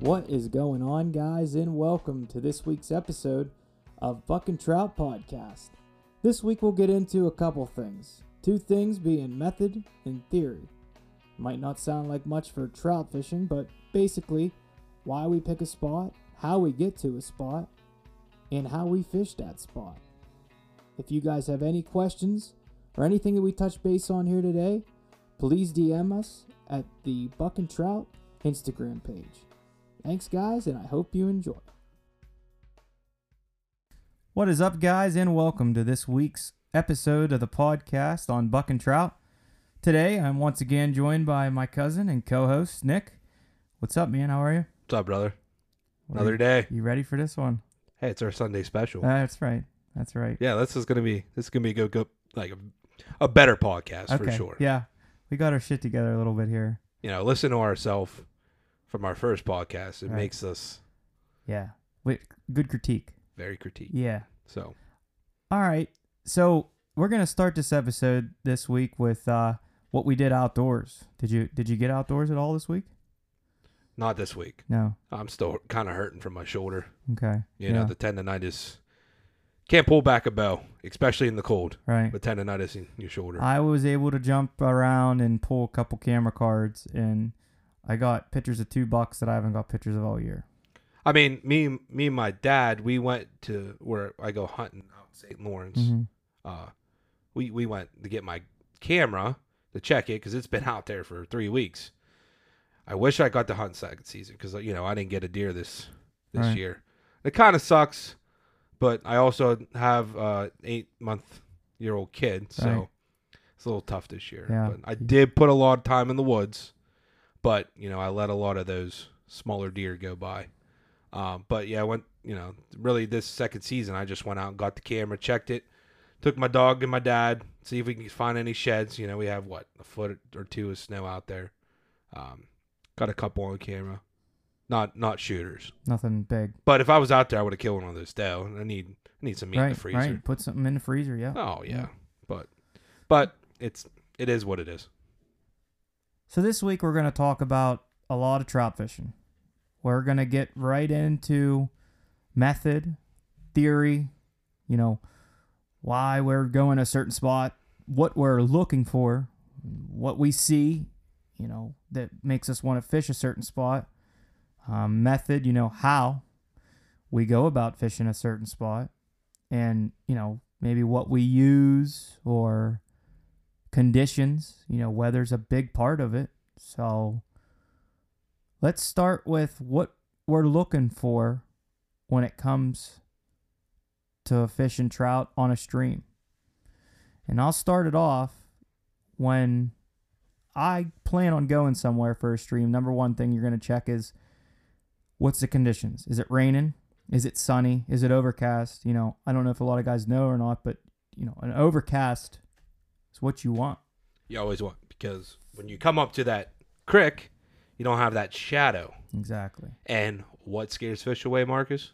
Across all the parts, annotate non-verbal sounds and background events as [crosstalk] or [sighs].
What is going on, guys, and welcome to this week's episode of Buck and Trout Podcast. This week we'll get into a couple things, two things being method and theory. Might not sound like much for trout fishing, but basically, why we pick a spot, how we get to a spot, and how we fish that spot. If you guys have any questions or anything that we touch base on here today, please DM us at the Buck and Trout Instagram page. Thanks, guys, and I hope you enjoy. What is up, guys, and welcome to this week's episode of the podcast on Buck and Trout. Today, I'm once again joined by my cousin and co host, Nick. What's up, man? How are you? What's up, brother? What Uh, are Another you- day. You ready for this one? Hey, it's our Sunday special. That's right. That's right. yeah, this is gonna be this is gonna be a good, good like a, a better podcast for okay. sure. Yeah. We got our shit together a little bit here. You know, listen to ourselves from our first podcast. It Right. makes us Yeah. Wait, good critique. very critique. Yeah. So All right. So we're gonna start this episode this week with uh, what we did outdoors. Did you did you get outdoors at all this week? not this week. No. I'm still kind of hurting from my shoulder. Okay. You know, the tendonitis can't pull back a bow, especially in the cold. right. With tendonitis in your shoulder. I was able to jump around and pull a couple camera cards, and I got pictures of two bucks that I haven't got pictures of all year. I mean, me, me and my dad, we went to where I go hunting out in St. Lawrence. Mhm. uh, we we went to get my camera to check it because it's been out there for three weeks. I wish I got to hunt second season because you know I didn't get a deer this this Right. year. It kind of sucks, but I also have a eight month year old kid, so Right. it's a little tough this year. Yeah. But I did put a lot of time in the woods, but you know I let a lot of those smaller deer go by. Um, but yeah, I went. You know, really this second season, I just went out and got the camera, checked it, took my dog and my dad, see if we can find any sheds. You know, we have what a foot or two of snow out there. Um, got a couple on camera, not not shooters. Nothing big. But if I was out there, I would have killed one of those doe. And I need I need some meat in right. the freezer. Right. Put something in the freezer. Yeah. Oh yeah, Yeah. but but it's it is what it is. So this week we're going to talk about a lot of trout fishing. We're going to get right into method, theory, you know, why we're going a certain spot, what we're looking for, what we see, you know, that makes us want to fish a certain spot. Um, method, you know, how we go about fishing a certain spot and, you know, maybe what we use or conditions. You know, weather's a big part of it. So let's start with what we're looking for when it comes to fish and trout on a stream. And I'll start it off when I plan on going somewhere for a stream. Number one thing you're going to check is what's the conditions? Is it raining? Is it sunny? Is it overcast? You know, I don't know if a lot of guys know or not, but you know, an overcast it's what you want. You always want because when you come up to that crick, you don't have that shadow. Exactly. And what scares fish away, Marcus?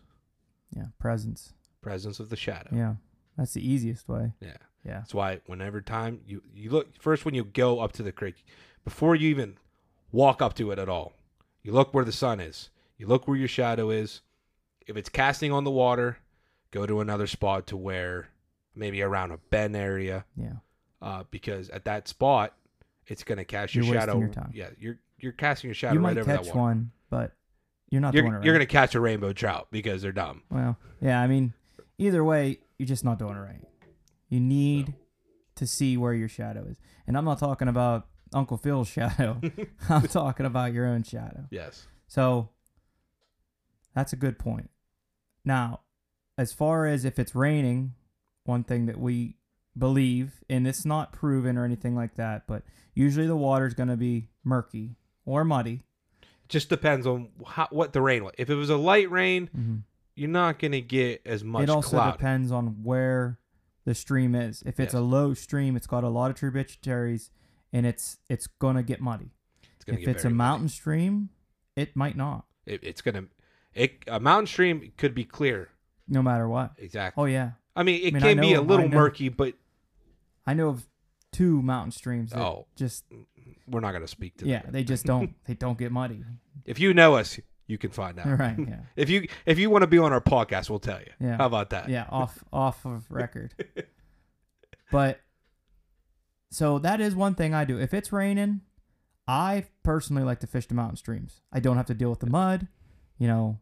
Yeah. Presence. Presence of the shadow. Yeah. That's the easiest way. yeah. Yeah. That's why whenever time you you look first when you go up to the creek, before you even walk up to it at all, you look where the sun is. You look where your shadow is. If it's casting on the water, go to another spot to where maybe around a bend area, Yeah. uh, because at that spot, it's gonna cast your You're wasting shadow. your time. Yeah, you're you're casting your shadow You right might over catch that water. one, but you're not You're, doing it right. you're gonna catch a rainbow trout because they're dumb. Well, yeah. I mean, either way, you're just not doing it right. You need to see where your shadow is. And I'm not talking about Uncle Phil's [laughs] [laughs] shadow, I'm talking about your own shadow. Yes. So that's a good point. Now, as far as if it's raining, one thing that we believe, and it's not proven or anything like that, but usually the water's going to be murky or muddy. Just depends on how, what the rain was. If it was a light rain, Mm-hmm. you're not gonna get as much it also cloud. depends on where the stream is. If it's a Yes. low stream, it's got a lot of tributaries, and it's it's going to get muddy. It's gonna If get it's a very mountain stream, it might not, it, it's gonna it a mountain stream could be clear no matter what. exactly Oh yeah, i mean I it mean, I can be know- a little I know. murky but I know of two mountain streams that Oh. just we're not gonna speak to yeah them [laughs] they just don't they don't get muddy if you know us you can find out. [laughs] Right. Yeah. If you if you want to be on our podcast, we'll tell you. Yeah. How about that? yeah off off of record but so that is one thing i do if it's raining i personally like to fish the mountain streams i don't have to deal with the mud you know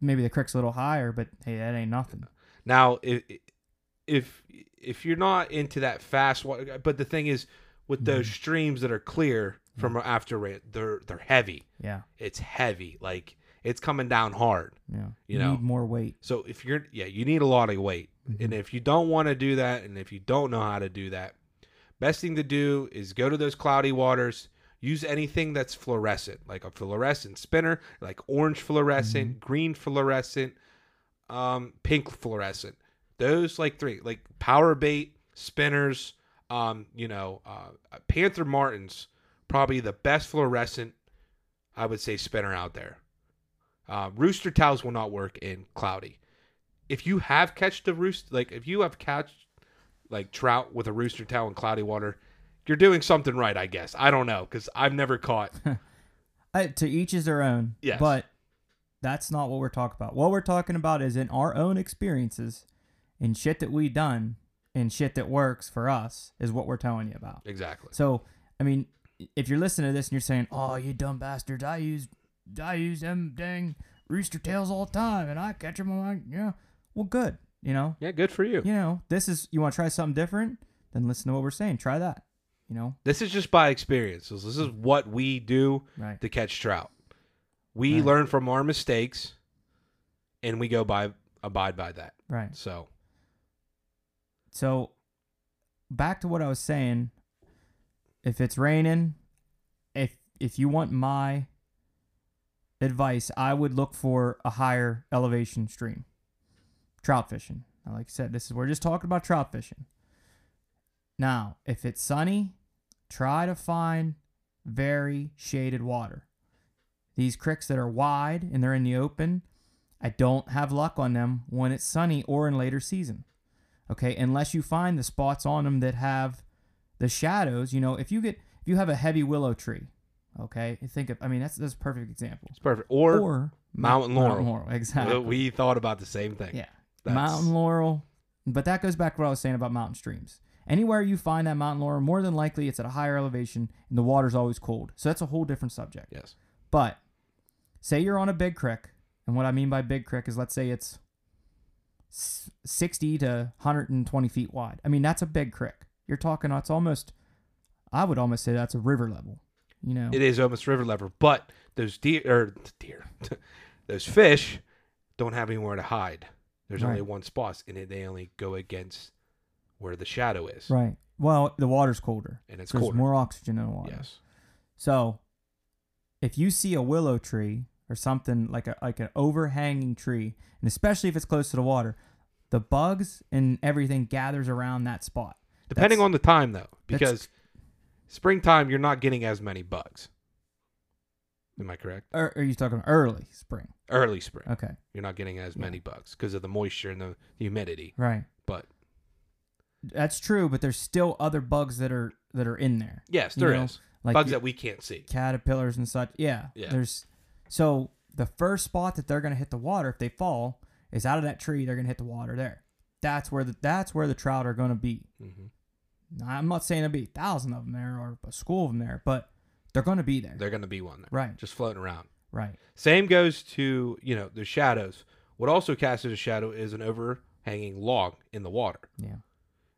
maybe the creek's a little higher but hey that ain't nothing Now, if if if you're not into that fast water, but the thing is, with those streams that are clear from after rain, they're they're heavy. yeah It's heavy, like it's coming down hard. yeah You know. need more weight So if you're yeah, you need a lot of weight, and if you don't want to do that, and if you don't know how to do that, best thing to do is go to those cloudy waters. Use anything that's fluorescent, like a fluorescent spinner, like orange fluorescent, green fluorescent, um, pink fluorescent. Those like three, like power bait spinners. Um, you know, uh, Panther Martins, probably the best fluorescent, I would say, spinner out there. Uh, rooster towels will not work in cloudy. If you have catched a roost, like if you have catched like trout with a rooster towel in cloudy water, you're doing something right, I guess. I don't know because I've never [laughs] caught. I, Uh, to each is their own Yes. but that's not what we're talking about what we're talking about is in our own experiences and shit that we done and shit that works for us is what we're telling you about exactly. So, I mean, if you're listening to this and you're saying, "Oh, you dumb bastards, I use, I use them dang rooster tails all the time, and I catch them like, yeah, well, good, you know, Yeah, good for you. you know, this is you want to try something different, then listen to what we're saying, try that, you know, This is just by experience. This is what we do right, to catch trout. We Right. learn from our mistakes, and we go by abide by that. right. So So, back to what I was saying. If it's raining, if if you want my advice, I would look for a higher elevation stream. Trout fishing. Now, Like I said, this is we're just talking about trout fishing. Now, if it's sunny, try to find very shaded water. These creeks that are wide and they're in the open, I don't have luck on them when it's sunny or in later season okay unless you find the spots on them that have the shadows you know if you get if you have a heavy willow tree okay and think of i mean that's that's a perfect example it's perfect. Or, Mountain Mount- Laurel. exactly we thought about the same thing. yeah That's- mountain laurel but that goes back to what i was saying about mountain streams anywhere you find that mountain laurel more than likely it's at a higher elevation and the water's always cold so that's a whole different subject Yes. but say you're on a big creek, and what I mean by big creek is let's say it's s- 60 to 120 feet wide. I mean, that's a big creek. You're talking, it's almost, I would almost say that's a river level, you know? It is almost river level, but those deer or deer, [laughs] those fish don't have anywhere to hide. There's only Right. one spot, and it- they only go against where the shadow is. right. Well, the water's colder. And it's so there's colder. more oxygen in the water. Yes. So, if you see a willow tree or something like a like an overhanging tree, and especially if it's close to the water, the bugs and everything gathers around that spot. Depending That's- on the time, though, that's- because springtime you're not getting as many bugs. Am I correct? Or Er, are you talking early spring? Early spring, Okay, you're not getting as Yeah. many bugs because of the moisture and the humidity. right. But That's true, but there's still other bugs that are that are in there, yes, You there is know, like bugs y- that we can't see. caterpillars and such. Yeah, Yeah. There's so the first spot that they're gonna hit the water if they fall is out of that tree. They're gonna hit the water there. That's where the that's where the trout are gonna be. hmm Now, I'm not saying there'll be a thousand of them there or a school of them there, but they're gonna be there. They're going to be one there, right, just floating around. right, Same goes to, you know, the shadows. What also casts as a shadow is an overhanging log in the water. yeah,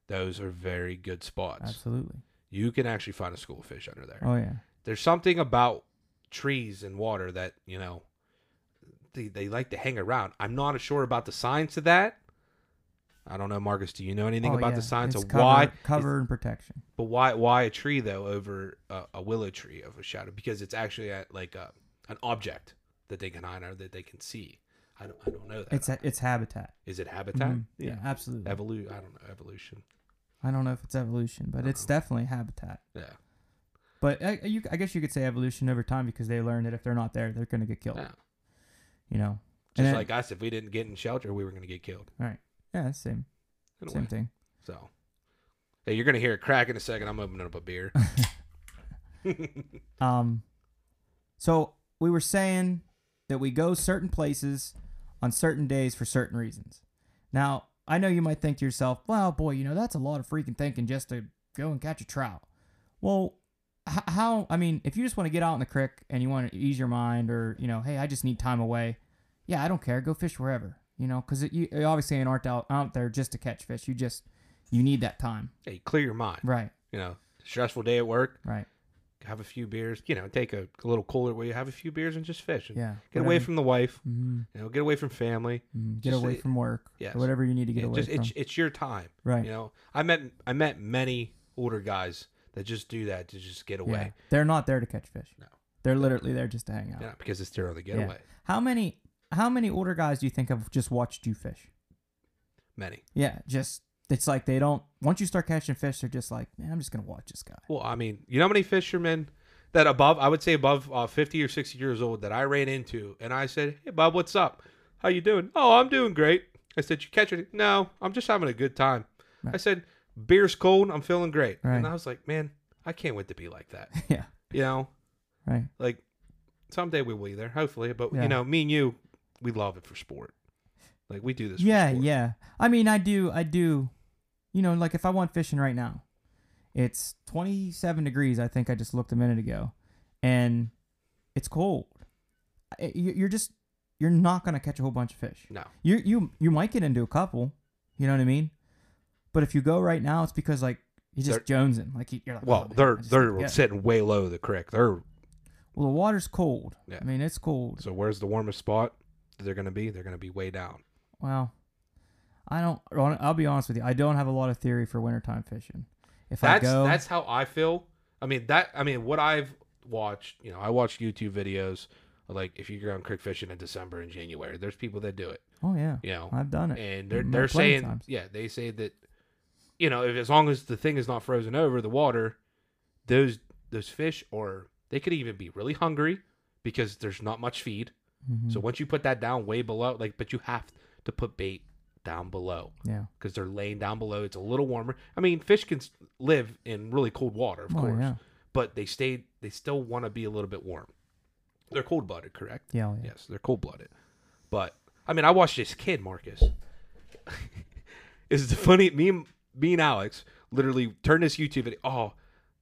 Those are very good spots. absolutely. You can actually find a school of fish under there. Oh yeah, There's something about trees and water that, you know, they, they like to hang around. I'm not sure about the science of that. I don't know, Marcus. Do you know anything Oh, about yeah. the science It's of cover, why? cover and protection? But why why a tree though over a, a willow tree of a shadow? Because it's actually a, like a, an object that they can hide or that they can see. I don't I don't know that. It's a- it's habitat. Is it habitat? Mhm. Yeah, absolutely. Evolution. I don't know. Evolution. I don't know if it's evolution, but it's definitely habitat. Yeah. But I, you, I guess you could say evolution over time because they learned that if they're not there, they're going to get killed. Yeah. You know, Just then- like us, if we didn't get in shelter, we were going to get killed. yeah, same, in a same way. thing. So, hey, you're going to hear it crack in a second. I'm opening up [laughs] a beer. Um, so we were saying that we go certain places on certain days for certain reasons. Now, I know you might think to yourself, well, boy, you know, that's a lot of freaking thinking just to go and catch a trout. Well, h- how, I mean, if you just want to get out in the creek and you want to ease your mind or, you know, hey, I just need time away, yeah, I don't care. Go fish wherever, you know, because you you obviously aren't out, out there just to catch fish. You just, you need that time. Hey, clear your mind. Right, You know, stressful day at work. right. Have a few beers. You know, take a little cooler where you have a few beers and just fish. And Yeah. Get away whatever. from the wife. Mhm. You know, get away from family. Mm, get Just away it- from work yes. or whatever you need to get It away just from. it's it's your time. right. You know, I met I met many older guys that just do that to just get Yeah. away. They're not there to catch fish. No. They're literally there just to hang out. Yeah, because it's their only Yeah. getaway. How many how many older guys do you think have just watched you fish? Many. Yeah, just it's like they don't once you start catching fish, they're just like, Man, I'm just gonna watch this guy. [laughs] Well, I mean, you know how many fishermen that above I would say above uh, fifty or sixty years old that I ran into, and I said, "Hey, Bob, what's up? How you doing? Oh, I'm doing great." I said, "You catch it? No, I'm just having a good time." Right. I said, "Beer's cold. I'm feeling great," Right. and I was like, "Man, I can't wait to be like that." yeah. You know, Right. like someday we will either, hopefully. But Yeah. you know, me and you, we love it for sport. Like we do this. Yeah, for sport. yeah. I mean I do I do you know, like if I went fishing right now, it's twenty seven degrees, I think I just looked a minute ago. And it's cold. I- you- You're just you're not gonna catch a whole bunch of fish. No. you you you might get into a couple. You know what I mean? But if you go right now, it's because like you just jonesing. Like you- you're like, oh, Well, man, they're I just they're gotta get it. sitting way low the creek. They're well, the water's cold. Yeah. I mean, it's cold. So where's the warmest spot that they're going to be? They're going to be way down. Well, I don't. I'll be honest with you. I don't have a lot of theory for wintertime fishing. If I That's go, that's how I feel. I mean that. I mean what I've watched. You know, I watch YouTube videos. Like if you go on creek fishing in December and January, there's people that do it. oh yeah, You know, I've done it. [laughs] and they're Mm, they're plenty of saying times. yeah, they say that. You know, if as long as the thing is not frozen over the water, those those fish or they could even be really hungry because there's not much feed. Mhm. So once you put that down way below, like, but you have to put bait down below. yeah, because they're laying down below. It's a little warmer. I mean, fish can s- live in really cold water, of Oh, course, yeah. but they stay. They still want to be a little bit warm. They're cold blooded, correct? yeah, oh, yeah. Yes, they're cold blooded. But I mean, I watched this kid, Marcus. [laughs] Is the funny me and me and Alex literally turned this YouTube video. Oh,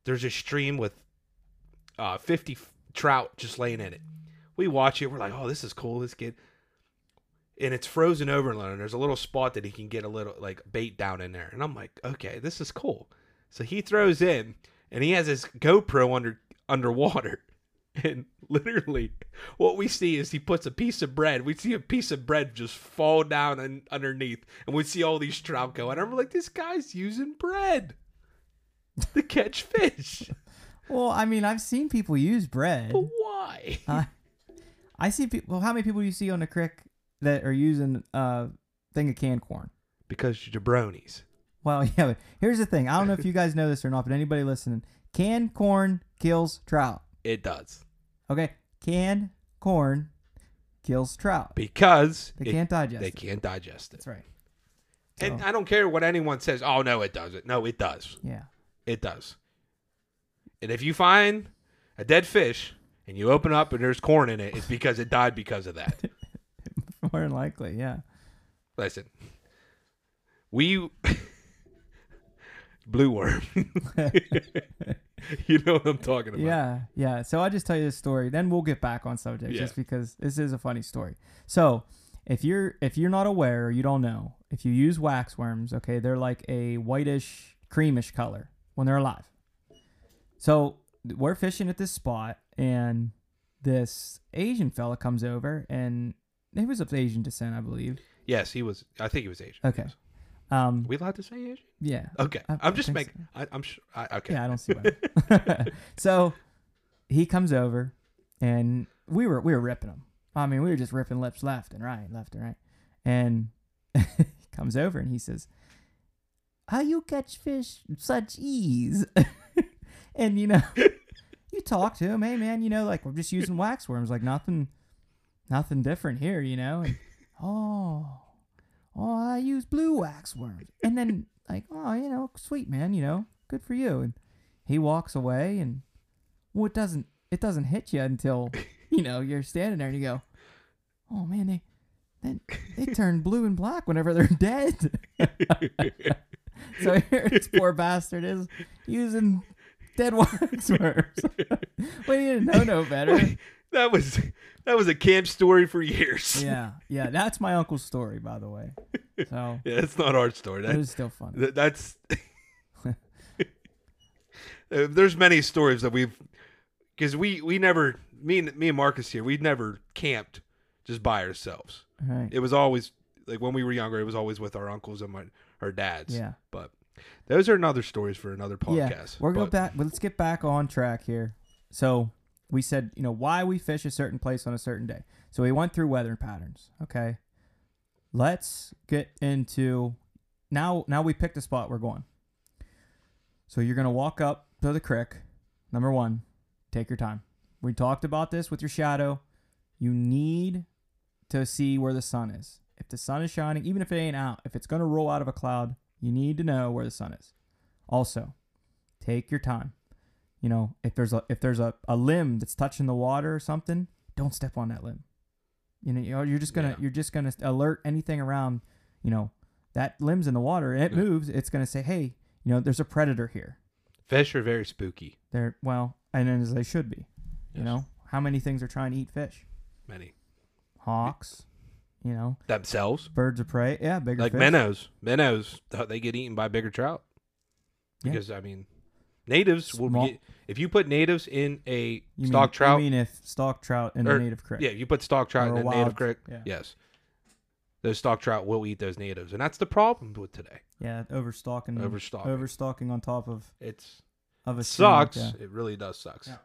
there's a stream with uh, 50 f- trout just laying in it. We watch it. We're like, oh, this is cool. This kid. And it's frozen over and there's a little spot that he can get a little like bait down in there. And I'm like, okay, this is cool. So he throws in and he has his GoPro under underwater. [laughs] And literally what we see is he puts a piece of bread. We see a piece of bread just fall down un- underneath and we see all these trout go. And I'm like, this guy's using bread to [laughs] catch fish. [laughs] Well, I mean, I've seen people use bread. But why? I, I see people. Well, how many people do you see on the creek that are using uh thing of canned corn? Because jabronis. Well, [laughs] yeah, but here's the thing. I don't know if you guys know this or not, but anybody listening, canned corn kills trout. It does. Okay? Canned corn kills trout. Because They it- can't digest they it. Oh. can't digest it. That's right. And I don't care what anyone says. Oh no, it doesn't. No, it does. Yeah. [laughs] It does. And if you find a dead fish and you open up and there's corn in it, it's because it died because of that. More than likely, yeah. Listen, we [laughs] blue worm. [laughs] you know what I'm talking about. Yeah, yeah. So I'll just tell you this story, then we'll get back on subject Yeah. just because this is a funny story. So if you're if you're not aware or you don't know, if you use waxworms, okay, they're like a whitish, creamish color when they're alive. So th- we're fishing at this spot and this Asian fella comes over and he was of Asian descent, I believe. Yes, he was. I think he was Asian. Okay. yes. Um, we allowed to say Asian? yeah. Okay. I- I I'm just think making. I, I'm sure. I, okay. Yeah, I don't see why. [laughs] so he comes over, and we were we were ripping him. I mean, we were just ripping lips left and right, left and right. And [laughs] he comes over and he says, "How you catch fish with such ease?" [laughs] and you know, [laughs] you talk to him, "Hey man, you know, like we're just using wax worms, like nothing, nothing different here, you know." And [laughs] oh, oh, I use blue wax worms. And then like, oh, you know, sweet man, you know, good for you. And he walks away and well, it doesn't it doesn't hit you until you know you're standing there and you go, oh man, they then they turn blue and black whenever they're [laughs] dead. so here this poor bastard is using dead waxworms. [laughs] well, you didn't know no better. that was that was a camp story for years. yeah, yeah, that's my uncle's story, by the way. So [laughs] Yeah, that's not our story. it That, was still funny. [laughs] that that's Uh, there's many stories that we've because we we never me and me and Marcus here we never camped just by ourselves. All right. It was always like when we were younger, it was always with our uncles and my our dads. Yeah. but those are another stories for another podcast. Yeah, we're going But- back. Well, let's get back on track here. So we said, you know, why we fish a certain place on a certain day. So we went through weather patterns. Okay, let's get into now. Now we picked a spot we're going. So you're gonna walk up to the creek. Number one, take your time. We talked about this with your shadow. You need to see where the sun is. If the sun is shining, even if it ain't out, if it's gonna roll out of a cloud, you need to know where the sun is. Also, take your time you know if there's a if there's a, a limb that's touching the water or something don't step on that limb you know you're you're just gonna Yeah. you're just gonna alert anything around you know that limb's in the water and it Yeah. moves it's gonna say hey you know there's a predator here fish are very spooky. they're well and then as they should be you Yes. know how many things are trying to eat fish Many hawks you know themselves birds of prey yeah bigger like fish. minnows. Minnows th- they get eaten by bigger trout Yeah. because I mean natives will Small- be if you put natives in a you stock mean, trout. you mean if stock trout in Or- a native creek Yeah, if you put stock trout Or in a a native wild- creek. yeah. Yes. Those stock trout will eat those natives. And that's the problem with today. yeah overstocking Overstocking. overstocking on top of It's of a it stream, sucks. yeah. It really does sucks. Yeah.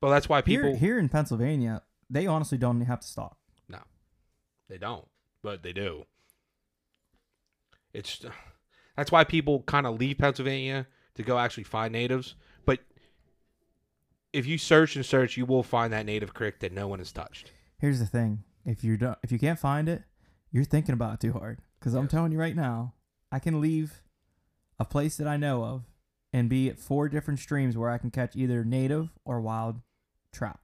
But that's why people here, here in Pennsylvania, they honestly don't have to stock. they don't, but they do. It's that's why people kind of leave Pennsylvania to go actually find natives, but if you search and search, you will find that native creek that no one has touched. Here's the thing: if you don't, if you can't find it, you're thinking about it too hard. Because I'm Yes. telling you right now, I can leave a place that I know of and be at four different streams where I can catch either native or wild trout.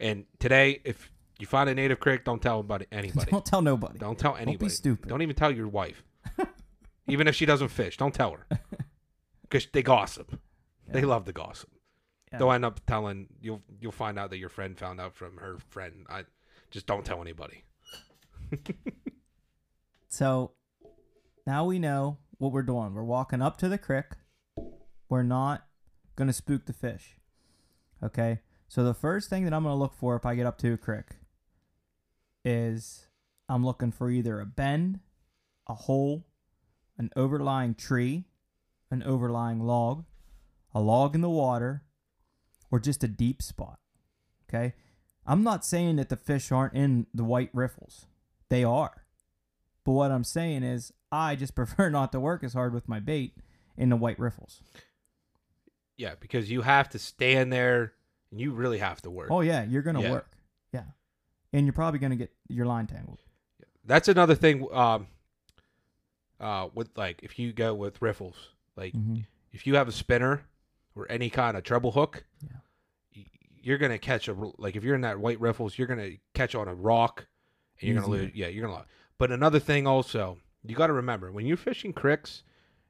And today, if you find a native creek, don't tell about it- anybody. Don't tell nobody. Don't tell be anybody. stupid. Don't even tell your wife. [laughs] even if she doesn't fish, don't tell her. Because they gossip. They Yeah. love to gossip. Yeah. They'll end up telling you'll you'll find out that your friend found out from her friend. I just don't tell anybody. So now we know what we're doing. We're walking up to the creek. We're not going to spook the fish. Okay. So the first thing that I'm going to look for if I get up to a creek is I'm looking for either a bend, a hole, an overlying tree, an overlying log, a log in the water, or just a deep spot. Okay. I'm not saying that the fish aren't in the white riffles, they are. But what I'm saying is, I just [laughs] prefer not to work as hard with my bait in the white riffles. Yeah, because you have to stand there and you really have to work. Oh yeah, you're gonna Yeah. work. Yeah, and you're probably gonna get your line tangled. That's another thing. Um, uh, with like if you go with riffles, like Mhm. if you have a spinner or any kind of treble hook, Yeah. y- you're gonna catch a r- like if you're in that white riffles, you're gonna catch on a rock, and you're gonna Easier. lose. Yeah, you're gonna lose. But another thing also, you got to remember when you're fishing cricks,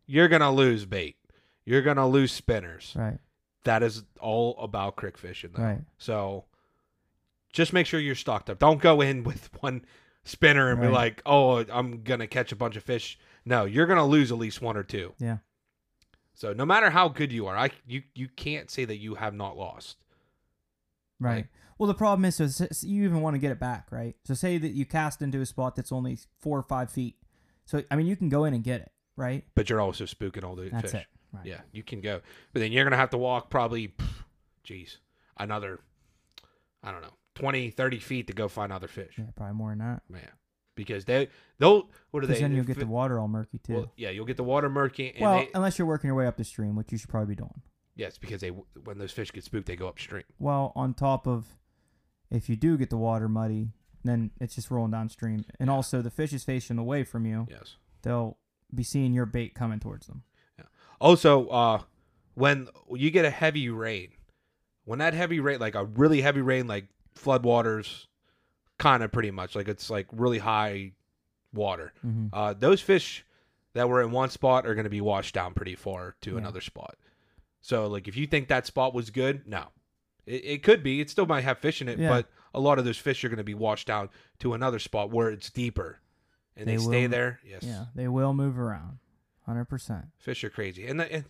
you're gonna lose bait. You're gonna lose spinners. Right, That is all about crick fishing. Though. right. So just make sure you're stocked up. Don't go in with [laughs] one spinner and be Right. like, "Oh, I'm going to catch a bunch of fish." No, you're going to lose at least one or two. Yeah. So no matter how good you are, I you you can't say that you have not lost. Right. Like- well, the problem is, so s- s- you even want to get it back, right? So say that you cast into a spot that's only four or five feet. So I mean, you can go in and get it, right? But you're also spooking all the That's fish. it. Right. Yeah, you can go. But then you're going to have to walk probably [sighs] pff, geez, another I don't know, 20, 30 feet to go find other fish. Yeah, probably more than that. Man. Because they they'll what are they? Because then you'll get the fi- water all murky too. well, Well, yeah, you'll get the water murky and they, unless you're working your way up the stream, which you should probably be doing. Yes, because they when those fish get spooked, they go upstream. Well, on top of if you do get the water muddy, then it's just rolling downstream. And also the fish is facing away from you. Yes. They'll be seeing your bait coming towards them. Also, uh, when you get a heavy rain, when that heavy rain, like a really heavy rain, like floodwaters, kind of pretty much like it's like really high water. Mm-hmm. Uh, those fish that were in one spot are going to be washed down pretty far to Yeah. another spot. So, like, if you think that spot was good, no, it, it could be. It still might have fish in it, Yeah. but a lot of those fish are going to be washed down to another spot where it's deeper, and they, They stay will- there. Yes, Yeah, they will move around, hundred percent. fish are crazy, and, the, and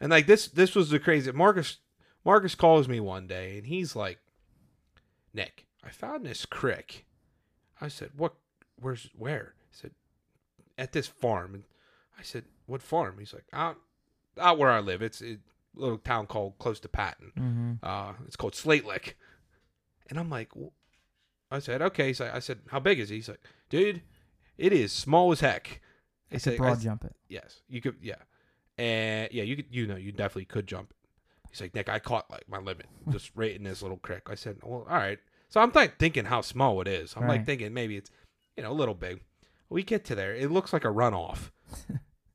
and like this, this was the crazy. Marcus Marcus calls me one day, and he's like, "Nick, I found this crick." I said, "What? Where's where?" He said, "At this farm." And I said, "What farm?" He's like, "Out, out where I live. It's a little town called close to Patton. Mm-hmm. Uh, it's called Slate Lick. And I'm like, "W-" I said, okay. So I said, how big is he? He's like, dude, it is small as heck. I It's a said, broad I- jump it. yes, you could, yeah, and yeah, you could, you know, you definitely could jump. He's like, Nick, I caught like [laughs] my limit, just right in this little crick. I said, well, all right. So I'm like thinking how small it is. I'm like Right. thinking maybe it's, you know, a little big. We get to there, it looks like [laughs] a runoff.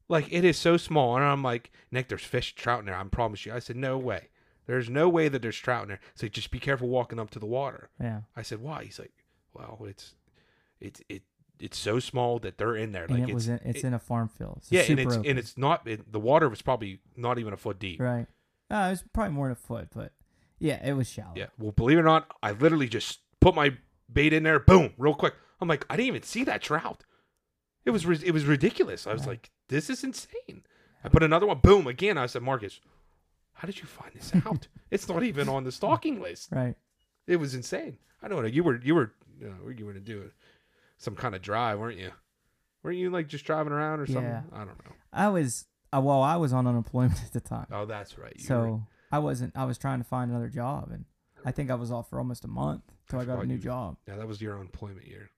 like it is so small, and I'm like, Nick, there's fish trout in there. I promise you. I said, no way. There's no way that there's trout in there. He's like, just be careful walking up to the water. Yeah, I said, why? He's like, well, it's, it's, it, it's so small that they're in there. and like it was in, it's in a farm field. It's a yeah, and super it's open. and it's not it, the water was probably not even a foot deep. right. Uh, it was probably more than a foot, but yeah, it was shallow. Yeah. Well, believe it or not, I literally just put my bait in there, boom, real quick. I'm like, I didn't even see that trout. It was ri- it was ridiculous. I was like, this is insane. I put another one, boom, again. I said, Marcus, how did you find this out? [laughs] it's not even on the stalking list. Right. It was insane. I don't know. You were you were you know you were gonna do some kind of drive, weren't you? Weren't you like just driving around or something? Yeah. I don't know. I was uh, well, I was on unemployment [laughs] at the time, Oh, that's right. You were- so I wasn't. I was trying to find another job, and I think I was off for almost a month till I got forgot a new you- job. Yeah, that was your unemployment year.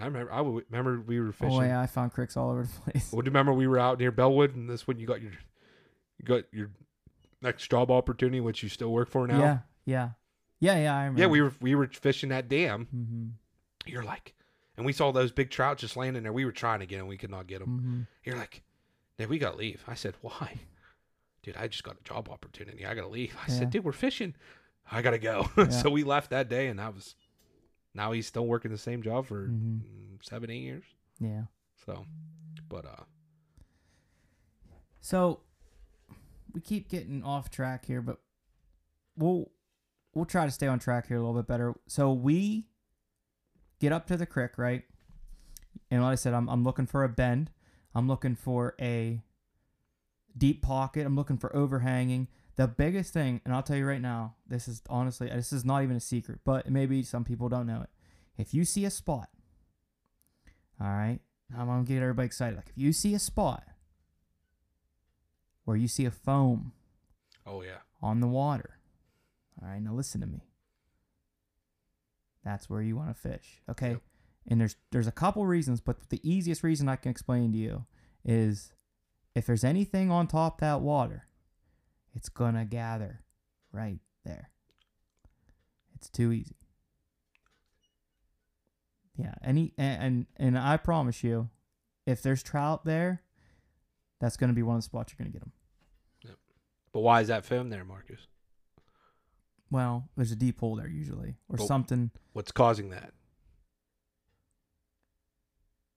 I remember. I w- remember we were fishing. Oh yeah, I found cricks all over the [laughs] place. Well, do you remember we were out near Bellwood, and that's when you got your, you got your next job opportunity, which you still work for now. Yeah, yeah, yeah, yeah. I remember. Yeah, we were we were fishing that dam. Mm-hmm. You're like, and we saw those big trout just landing there. We were trying to get them, we could not get them. Mm-hmm. You're like, Nick, we gotta leave. I said, why? Dude, I just got a job opportunity. I gotta leave. I Yeah. said, dude, we're fishing. I gotta go. [laughs] so we left that day, and that was. Now he's still working the same job for Mhm. mm, seven, eight years. Yeah. So, but uh, So we keep getting off track here, but we'll we'll try to stay on track here a little bit better. So we get up to the creek, right? And like I said, I'm I'm looking for a bend. I'm looking for a deep pocket. I'm looking for overhanging. The biggest thing, and I'll tell you right now, this is honestly this is not even a secret, but maybe some people don't know it. If you see a spot, all right, I'm gonna get everybody excited. Like if you see a spot where you see a foam oh yeah, on the water. All right, now listen to me. That's where you want to fish. Okay. Yep. And there's there's a couple reasons, but the easiest reason I can explain to you is if there's anything on top of that water, it's going to gather right there. It's too easy. Yeah, any and and, and I promise you, if there's trout there, that's going to be one of the spots you're going to get them. But why is that film there, Marcus? Well, there's a deep hole there usually, or But- something. What's causing that?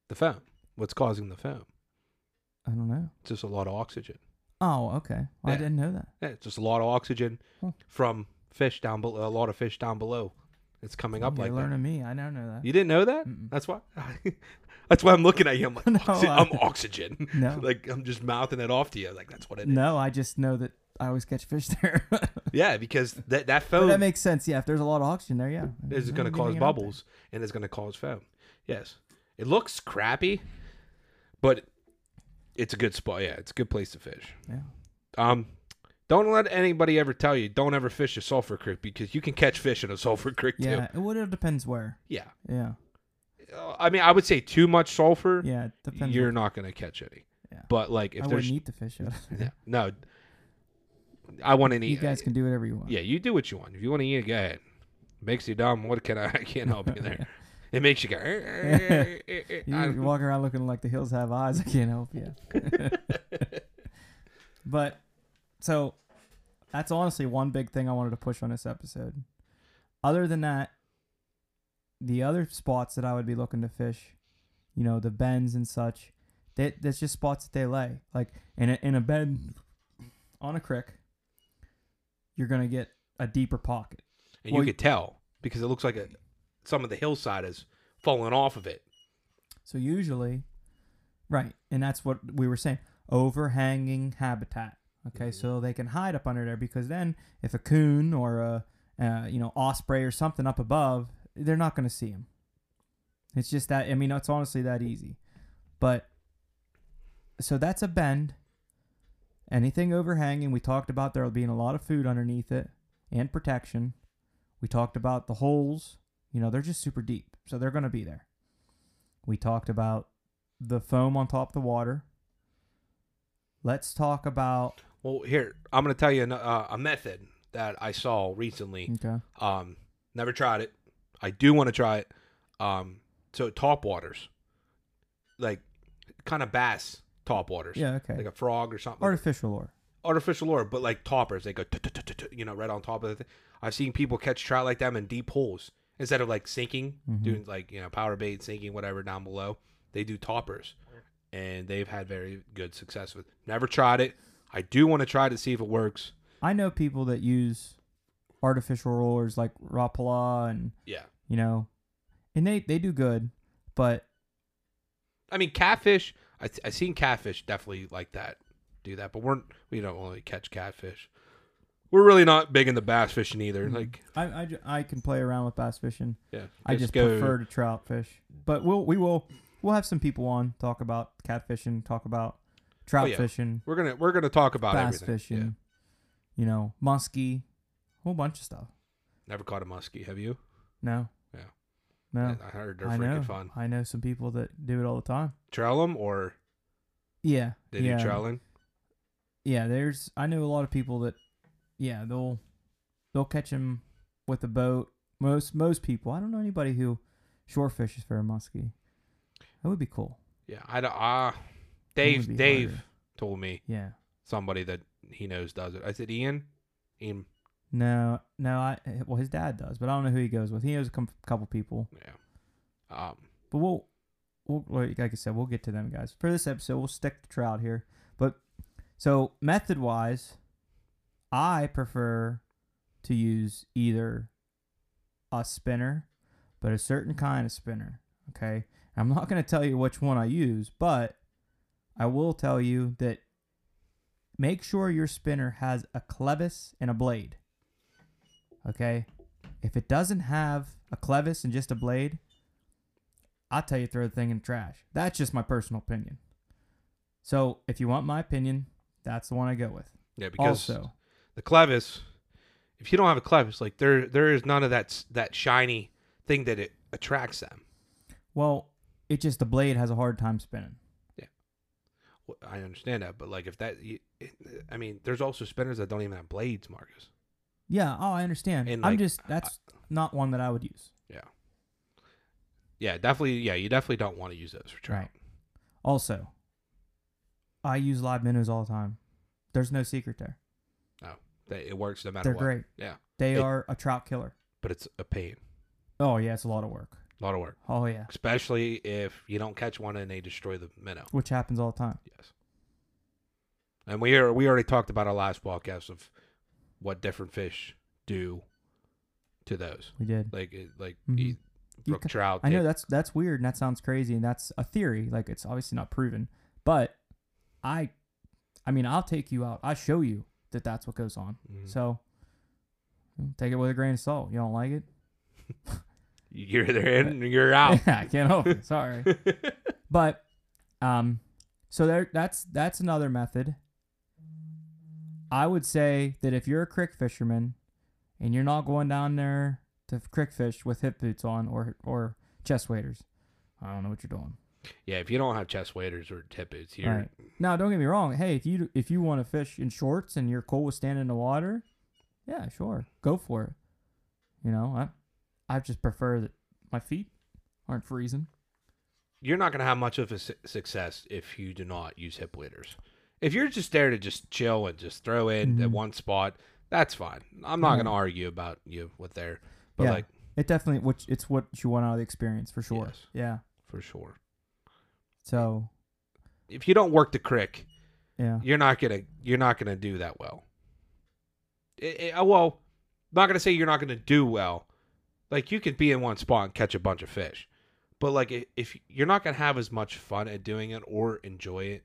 The foam. What's causing the foam? I don't know. It's just a lot of oxygen. Oh, okay. Well, Yeah. I didn't know that. Yeah, it's just a lot of oxygen Hmm. from fish down below. A lot of fish down below. It's coming up You're like learning me. I don't know that. that. You didn't know that? Mm-mm. That's why. [laughs] that's why I'm looking at you. I'm [laughs] like, No, "Oxy- I- I'm oxygen. [laughs] No. [laughs] like I'm just mouthing it off to you. Like that's what it is. No, I just know that I always catch fish [laughs] there. But Yeah, because that that foam that makes sense. Yeah, if there's a lot of oxygen there, yeah. is That'd going to be cause hanging out bubbles and it's going to cause foam. Yes. It looks crappy, but it's a good spot. Yeah, it's a good place to fish. there. Yeah. Um, don't let anybody ever tell you don't ever fish a sulfur creek because you can catch fish in a sulfur creek Yeah. too. It, well, it depends where. Yeah. Yeah. Uh, I mean, I would say too much sulfur, Yeah. It depends. you're where- not going to catch any. Yeah. But like if I there's wouldn't eat the fish out of yeah, there. no, I want to [laughs] eat. You guys can do whatever you want. yeah, you do what you want. If you want to eat it, go ahead. Makes you dumb. What can I? [laughs] I can't help you there. It makes you go. "Eh, eh, eh, eh, [laughs] [laughs] You, I are don't-" walking around looking like the hills have eyes. [laughs] I can't help you. [laughs] but so that's honestly one big thing I wanted to push on this episode. Other than that, the other spots that I would be looking to fish, you know, the bends and such, that that's just spots that they lay. Like in a, in a bend on a creek, you're gonna get a deeper pocket. and Well, you could tell because it looks like a, some of the hillside is falling off of it. So usually, right, and that's what we were saying: overhanging habitat. Okay, so they can hide up under there because then if a coon or a uh, you know osprey or something up above, they're not going to see them. It's just that I mean it's honestly that easy, but so that's a bend. Anything overhanging, we talked about there being a lot of food underneath it and protection. We talked about the holes. You know they're just super deep, so they're going to be there. We talked about the foam on top of the water. Let's talk about Well, here I'm going to tell you an, uh, a method that I saw recently. okay. Um, never tried it. I do want to try it. Um, so top waters, like kind of bass top waters, Yeah, okay. like a frog or something, Artificial lure. artificial lure, but like toppers. They go, tut-tut-tut-tut, you know, right on top of the thing. I've seen people catch trout like them in deep holes instead of like sinking, Mm-hmm. doing like you know power bait sinking whatever down below. They do toppers, and they've had very good success with. Never tried it. I do want to try to see if it works. I know people that use artificial lures like Rapala and Yeah. you know and they, they do good, but I mean, catfish. I I seen catfish definitely like that, do that. But we're we don't really catch catfish. We're really not big into bass fishing either. Like, I, I, ju- I can play around with bass fishing. yeah, Mm-hmm. I just go- prefer to trout fish. But we'll we will we'll have some people on, talk about catfishing, talk about trout Oh, yeah. fishing, We're gonna we're gonna talk about bass everything. fishing, Yeah. you know, muskie, whole bunch of stuff. Never caught a muskie. Have you? No. Yeah. No. I heard they're I freaking know. fun. I know some people that do it all the time. Trail 'em or Yeah. they yeah. do trailing. Yeah, there's I know a lot of people that yeah, they'll they'll catch them with a boat. Most most people. I don't know anybody who shore fishes for a muskie. That would be cool. Yeah, I don't. Uh, would be Dave Dave harder. told me Yeah. somebody that he knows does it. I said Ian. Ian. No, no, I well his dad does, but I don't know who he goes with. He knows a com- couple people. Yeah. Um. But we'll, we'll like I said, we'll get to them guys for this episode. We'll stick to trout here. But so method wise, I prefer to use either a spinner, but a certain kind of spinner. Okay, I'm not going to tell you which one I use, but I will tell you that make sure your spinner has a clevis and a blade. Okay, if it doesn't have a clevis and just a blade, I tell you throw the thing in the trash. That's just my personal opinion. So if you want my opinion, that's the one I go with. Yeah. Because also, the clevis if you don't have a clevis like there there is none of that s- that shiny thing that it attracts them well, it just the blade has a hard time spinning. Wh- i understand that but like if that you- it- i mean there's also spinners that don't even have blades marcus Yeah, oh, I understand. And, I'm like, just that's not one that I would use. yeah definitely yeah you definitely don't want to use those for trout Right. Also, I use live minnows all the time. There's no secret there. They- Oh. it works no matter They're what great. yeah They It- are a trout killer. but it's a pain Oh yeah, it's a lot of work. a lot of work Oh yeah, especially if you don't catch one and they destroy the minnow which happens all the time. yes and we are we already talked about our last podcast of what different fish do to those We did. like it- like Mhm. e- You brook ca- trout. I they- know that's that's weird and that sounds crazy and that's a theory. Like it's obviously not proven, but I, I mean, I'll take you out. I show you that that's what goes on. Mhm. So take it with a grain of salt. You don't like it? you're either in or you're out. [laughs] I can't help it. Sorry, but um, so there that's that's another method. I would say that if you're a crick fisherman and you're not going down there to crick fish with hip boots on or or chest waders, I don't know what you're doing. yeah, if you don't have chest waders or tip boots, you're Right. Now, don't get me wrong. Hey, if you if you want to fish in shorts and you're cool with standing in the water, yeah, sure, go for it. You know, I I just prefer that my feet aren't freezing. you're not gonna have much of a su- success if you do not use hip waders. If you're just there to just chill and just throw in at Mhm. one spot, that's fine. I'm not Yeah. gonna argue about you with there, but Yeah. like It definitely which it's what you want out of the experience for sure. Yes. Yeah. for sure. So If you don't work the crick, yeah. you're not gonna you're not gonna do that well. I I- well, I'm not gonna say you're not gonna do well. Like you could be in one spot and catch a bunch of fish, but like i- if you're not gonna have as much fun at doing it or enjoy it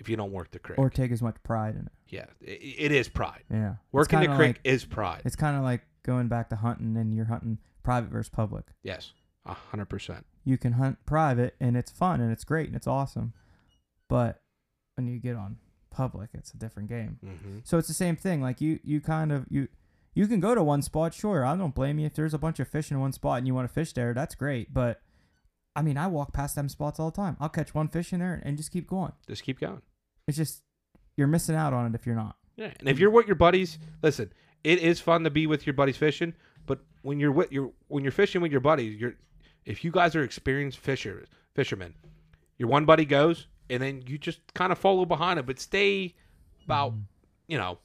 if you don't work the creek. Or take as much pride in it. yeah, i- i- it is pride. Yeah. It's Working the kinda creek like- is pride. it's kind of like going back to hunting and you're hunting private versus public. Yes, a hundred percent. You can hunt private and it's fun and it's great and it's awesome. But when you get on public, it's a different game. Mm-hmm. So it's the same thing. Like you, you kind of you, you can go to one spot. Sure, I don't blame you if there's a bunch of fish in one spot and you want to fish there. That's great. But I mean, I walk past them spots all the time. I'll catch one fish in there and just keep going. Just keep going. It's just you're missing out on it if you're not. Yeah, and if you're with your buddies, listen, it is fun to be with your buddies fishing. But when you're with your when you're fishing with your buddies, you're if you guys are experienced fisher fishermen, your one buddy goes, and then you just kind of follow behind him, but stay about Mm-hmm. you know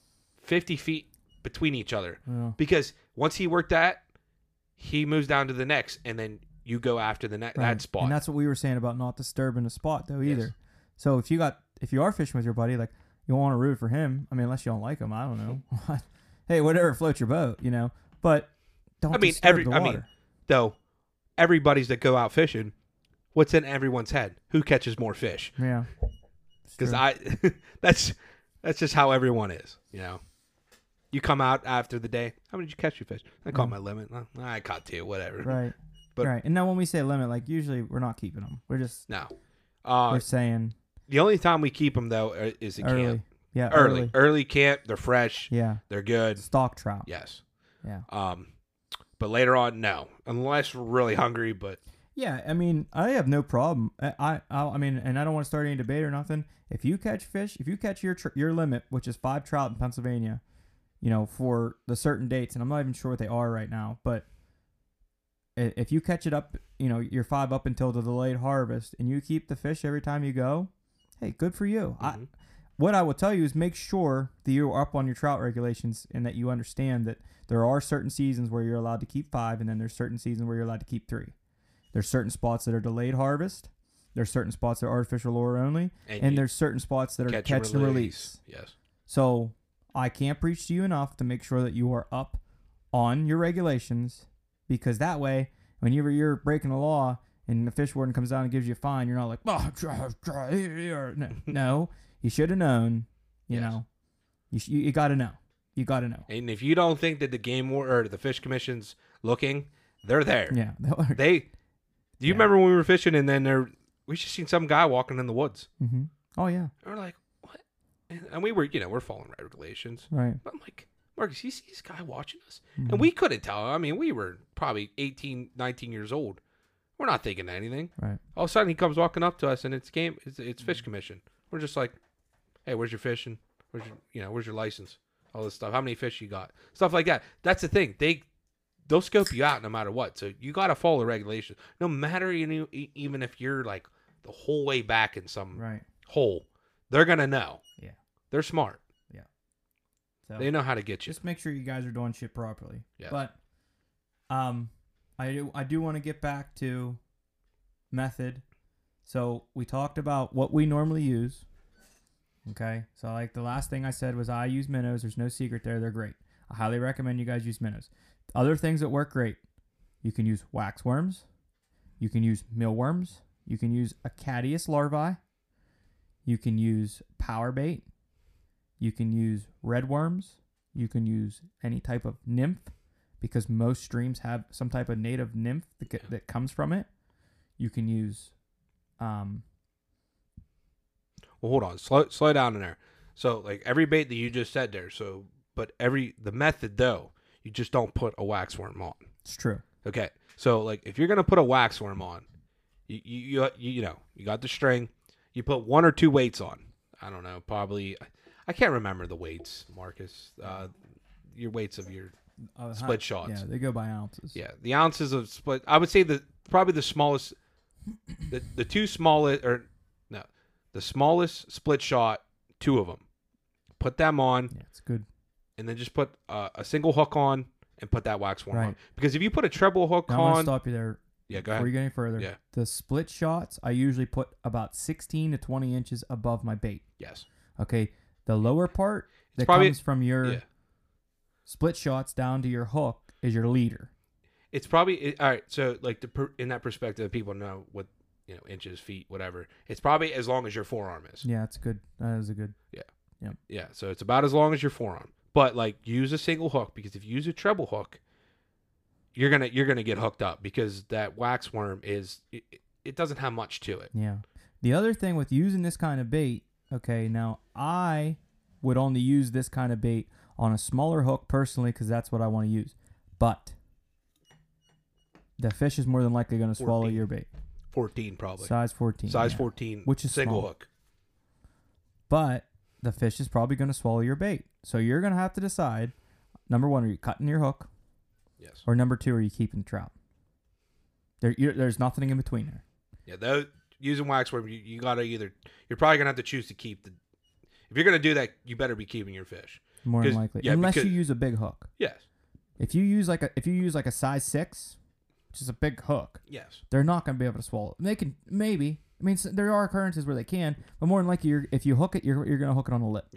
fifty feet between each other Yeah. because once he worked that, he moves down to the next, and then you go after the next Right. that spot. And that's what we were saying about not disturbing the spot though Yes. either. So if you got if you are fishing with your buddy, like you want to root for him. I mean, unless you don't like him, I don't [laughs] know. [laughs] hey, whatever floats your boat, you know. But don't I mean, disturb every the I water. mean, though, everybody's that go out fishing, what's in everyone's head? Who catches more fish? yeah. It's because true. I [laughs] that's that's just how everyone is. You know, you come out after the day. How many did you catch your fish? I caught my limit. Well, I caught two. Whatever. Mm. right. but- right. And now when we say limit, like usually we're not keeping them. We're just No. Uh, we're saying the only time we keep them though are- is at early. camp. Yeah. Early. early, camp. They're fresh. Yeah. They're good. Stock trout. Yes. Yeah. Um, but later on, no, unless we're really hungry. But Yeah, I mean, I have no problem. I, I, I I mean, and I don't want to start any debate or nothing. If you catch fish, if you catch your tr- your limit, which is five trout in Pennsylvania, you know, for the certain dates, and I'm not even sure what they are right now, but i- if you catch it up, you know, you're five up until the delayed harvest, and you keep the fish every time you go. Hey, good for you. I, Mhm. what I will tell you is make sure that you're up on your trout regulations and that you understand that there are certain seasons where you're allowed to keep five, and then there's certain seasons where you're allowed to keep three. There's certain spots that are delayed harvest. There's certain spots that are artificial lure only, and, and, you there's certain spots that are catch, and release. Yes. So I can't preach to you enough to make sure that you are up on your regulations, because that way, whenever you're breaking the law and the fish warden comes down and gives you a fine, you're not like, oh, try, try here. [laughs] No, no, you should have known. You Yes. know, you sh- you, you got to know. You got to know. And if you don't think that the game war or the fish commission's looking, they're there. Yeah, [laughs] They. Do Yeah. you remember when we were fishing and then there we just seen some guy walking in the woods. hmm Oh yeah, And we're like, what? And, and we were, you know, we're following regulations. right. But I'm like, Marcus, you see this guy watching us? Mm-hmm. And we couldn't tell. I mean, we were probably 18, 19 years old. We're not thinking anything. Right. All of a sudden, he comes walking up to us, and it's game. It's, it's Mm. fish commission. We're just like, hey, where's your fishing? Where's your, you know, where's your license? All this stuff. How many fish you got? Stuff like that. That's the thing. They they'll scope you out no matter what. So you got to follow the regulations, no matter you know, e- even if you're like the whole way back in some Right. hole, they're gonna know. Yeah. They're smart. So. They know how to get you. just make sure you guys are doing shit properly. Yeah. But um I do I do want to get back to method. So we talked about what we normally use. Okay. So like the last thing I said was I use minnows. There's no secret there. They're great. I highly recommend you guys use minnows. Other things that work great. You can use wax worms. You can use mealworms. You can use acadius larvae. You can use power bait. You can use red worms. You can use any type of nymph because most streams have some type of native nymph that, get, that comes from it. You can use, um, Well, hold on. Slow slow down in there. So like every bait that you just said there. So but every the method though, you just don't put a wax worm on. it's true. Okay. So like if you're gonna put a wax worm on, you you you, you, you know you got the string, you put one or two weights on. I don't know. Probably I can't remember the weights, Marcus. Uh, your weights of your Uh, Split shots. Yeah, they go by ounces. Yeah, the ounces of split. I would say the probably the smallest, the the two smallest or no, the smallest split shot. Two of them. Put them on, Yeah, it's good. and then just put uh, a single hook on, and put that wax worm on. Right. Because if you put a treble hook Now, I'm gonna on, stop you there yeah, go before ahead. you go any further. Yeah. The split shots, I usually put about 16 to 20 inches above my bait. Yes, Okay, the lower part that probably- comes from your yeah. split shots down to your hook is your leader. It's probably it, all right. So like the per, in that perspective, people know what you know inches, feet, whatever. It's probably as long as your forearm is. Yeah, that's good. That is a good. Yeah, so it's about as long as your forearm. But like use a single hook because if you use a treble hook, you're gonna you're gonna get hooked up because that wax worm is it, it doesn't have much to it. Yeah. The other thing with using this kind of bait, okay, now I would only use this kind of bait on a smaller hook personally because that's what I want to use. But the fish is more than likely going to swallow 14. your bait. Fourteen probably. Size 14. Size yeah. fourteen, Which is single small. hook. But the fish is probably going to swallow your bait. So you're going to have to decide number one, are you cutting your hook? Yes. Or number two, are you keeping the trout? There, you're, there's nothing in between there. Yeah, though using wax worm, you, you gotta either you're probably gonna have to choose to keep the if you're gonna do that, you better be keeping your fish. More than 'Cause- likely, yeah, unless because- you use a big hook. Yes. If you use like a if you use like a size six, which is a big hook, Yes. they're not going to be able to swallow. it. They can maybe. I mean, s- there are occurrences where they can, but more than likely, you're, if you hook it, you're you're going to hook it on the lip.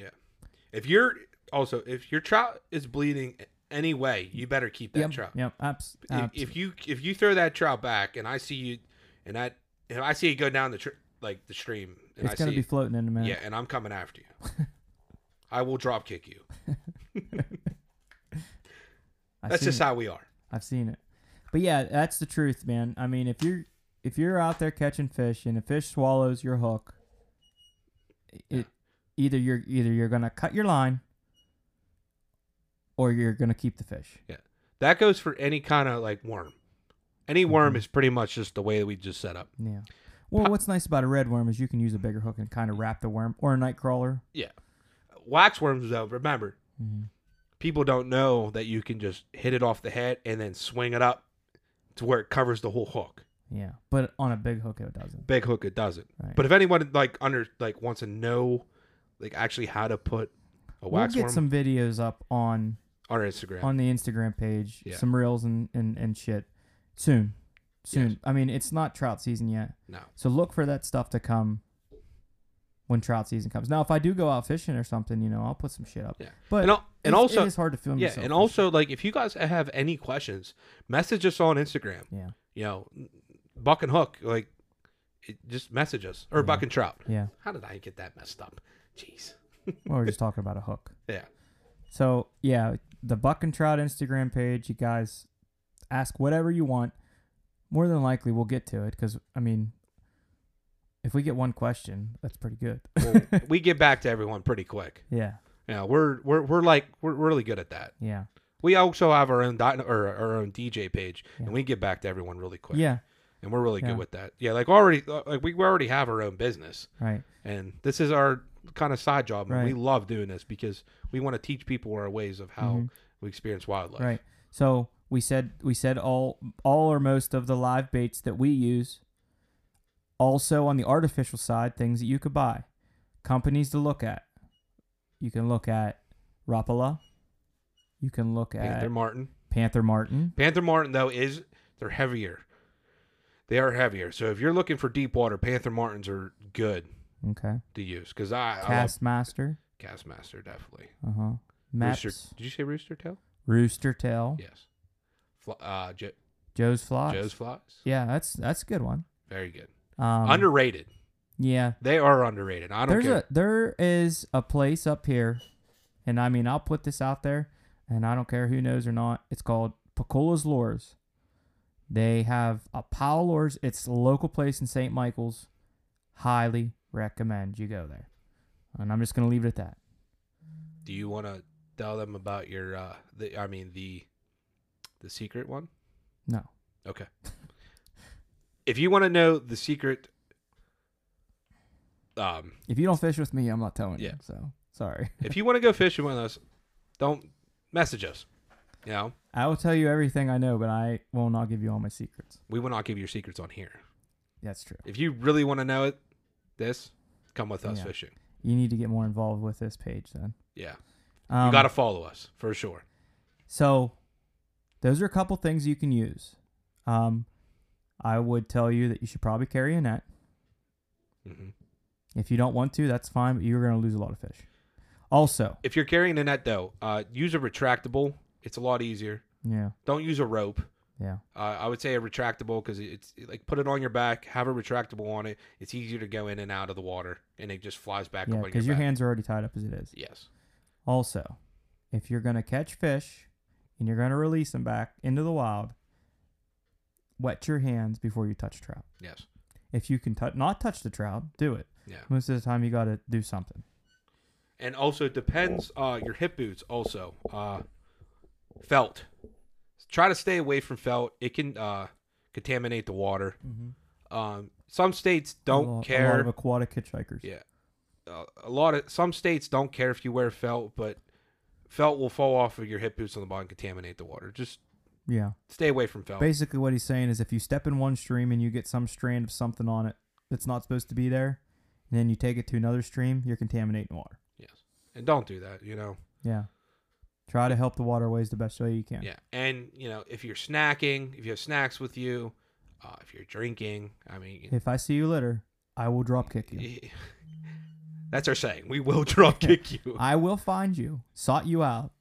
If you're also if your trout is bleeding any way, you better keep that yep, trout. Yep. Abs- if, abs- if you if you throw that trout back and I see you and that if I see you go down the tr- like the stream and it's I going to see be you- floating in a minute. yeah and I'm coming after [laughs] you. I will drop kick you. I That's seen just it. how we are. I've seen it. But yeah, that's the truth, man. I mean, if you're if you're out there catching fish and a fish swallows your hook, it Yeah. either you're either you're going to cut your line or you're going to keep the fish. That goes for any kind of like worm. Mm-hmm. Any worm is pretty much just the way that we just set up. Yeah. Well, what's nice about a red worm is you can use a bigger hook and kind of wrap the worm or a night crawler. Wax worms though, remember, Mhm. people don't know that you can just hit it off the head and then swing it up to where it covers the whole hook. Yeah, but on a big hook it doesn't. Big hook it doesn't. Right. But if anyone like under like wants to know like actually how to put a we'll wax get worm some videos up on on Instagram. on the Instagram page, Yeah. some reels and and and shit soon. Soon. Yes. I mean, it's not trout season yet. no. So look for that stuff to come when trout season comes. Now, if I do go out fishing or something, you know, I'll put some shit up. Yeah. But And, al- and it's- also it is hard to film. yeah, yourself and fishing. also like if you guys have any questions, message us on Instagram. yeah, You know, Buck and Hook like it, just message us or Buck and Trout. yeah. How did I get that messed up? Jeez. Well, we're just talking about a hook. Yeah. So yeah, the Buck and Trout Instagram page. You guys ask whatever you want. More than likely, we'll get to it because I mean, if we get one question, that's pretty good. Well, we get back to everyone pretty quick. [laughs] yeah, Yeah, we're we're we're like we're really good at that. yeah, We also have our own di- or our own DJ page, Yeah. and we get back to everyone really quick. yeah. and we're really Yeah. good with that. Yeah, like already, like we already have our own business, Right. and this is our kind of side job, and we Right. love doing this because we want to teach people our ways of how we experience wildlife. Mm-hmm. Right. So we said we said all all or most of the live baits that we use. Also on the artificial side, things that you could buy, companies to look at. You can look at Rapala. You can look at Panther Panther, Martin. Martin. Panther Martin though is they're heavier. They are heavier. So if you're looking for deep water, Panther Martins are good Okay. to use because I, I love Castmaster. Castmaster definitely. Uh huh. Maps. Rooster, did you say rooster tail? Rooster Tail. Yes. Fl- uh, Jo- Joe's Flies. Joe's flies. Yeah, that's that's a good one. Very good. Um, underrated. Yeah. They are underrated. I don't There's care. a there is a place up here, and I mean I'll put this out there, and I don't care who knows or not. It's called Pacola's Lures. They have a Powell Lures. It's a local place in St. Michael's. Highly recommend you go there. And I'm just gonna leave it at that. Do you want to tell them about your uh the I mean the the secret one? No. [laughs] Okay. if you want to know the secret um If you don't fish with me, I'm not telling you. Yeah. So sorry. if you want to go fishing with us, don't message us. You know, I will tell you everything I know, but I will not give you all my secrets. we will not give your secrets on here. That's true. If you really want to know it, this come with us Yeah. fishing. You need to get more involved with this page then. Yeah. You Um, got to follow us for sure. So Those are a couple things you can use. Um, I would tell you that you should probably carry a net. hmm If you don't want to, that's fine, but you're going to lose a lot of fish. Also, If you're carrying a net, though, uh, use a retractable. It's a lot easier. yeah, Don't use a rope. yeah, Uh, I would say a retractable because it's like put it on your back, have a retractable on it. It's easier to go in and out of the water, and it just flies back yeah, up on your, because your back. hands are already tied up as it is. Yes. Also, if you're going to catch fish and you're going to release them back into the wild, wet your hands before you touch trout. Yes. If you can tou- not touch the trout, do it. Yeah. Most of the time, you got to do something. And also it depends uh, your hip boots. Also, uh, felt. Try to stay away from felt. It can uh, contaminate the water. Um, some states don't a lot, care. A lot of aquatic hitchhikers. Yeah. uh, a lot of some states don't care if you wear felt, but felt will fall off of your hip boots on the bottom, and contaminate the water. Just yeah. stay away from felt. Basically, what he's saying is if you step in one stream and you get some strand of something on it that's not supposed to be there, and then you take it to another stream, you're contaminating water. yes, and don't do that. You know. Yeah. Try to help the waterways the best way you can. Yeah, and you know if you're snacking, if you have snacks with you, uh, if you're drinking, I mean, If I see you litter, I will drop kick you. [laughs] that's our saying. We will [laughs] drop kick you. I will find you, sought you [laughs] out,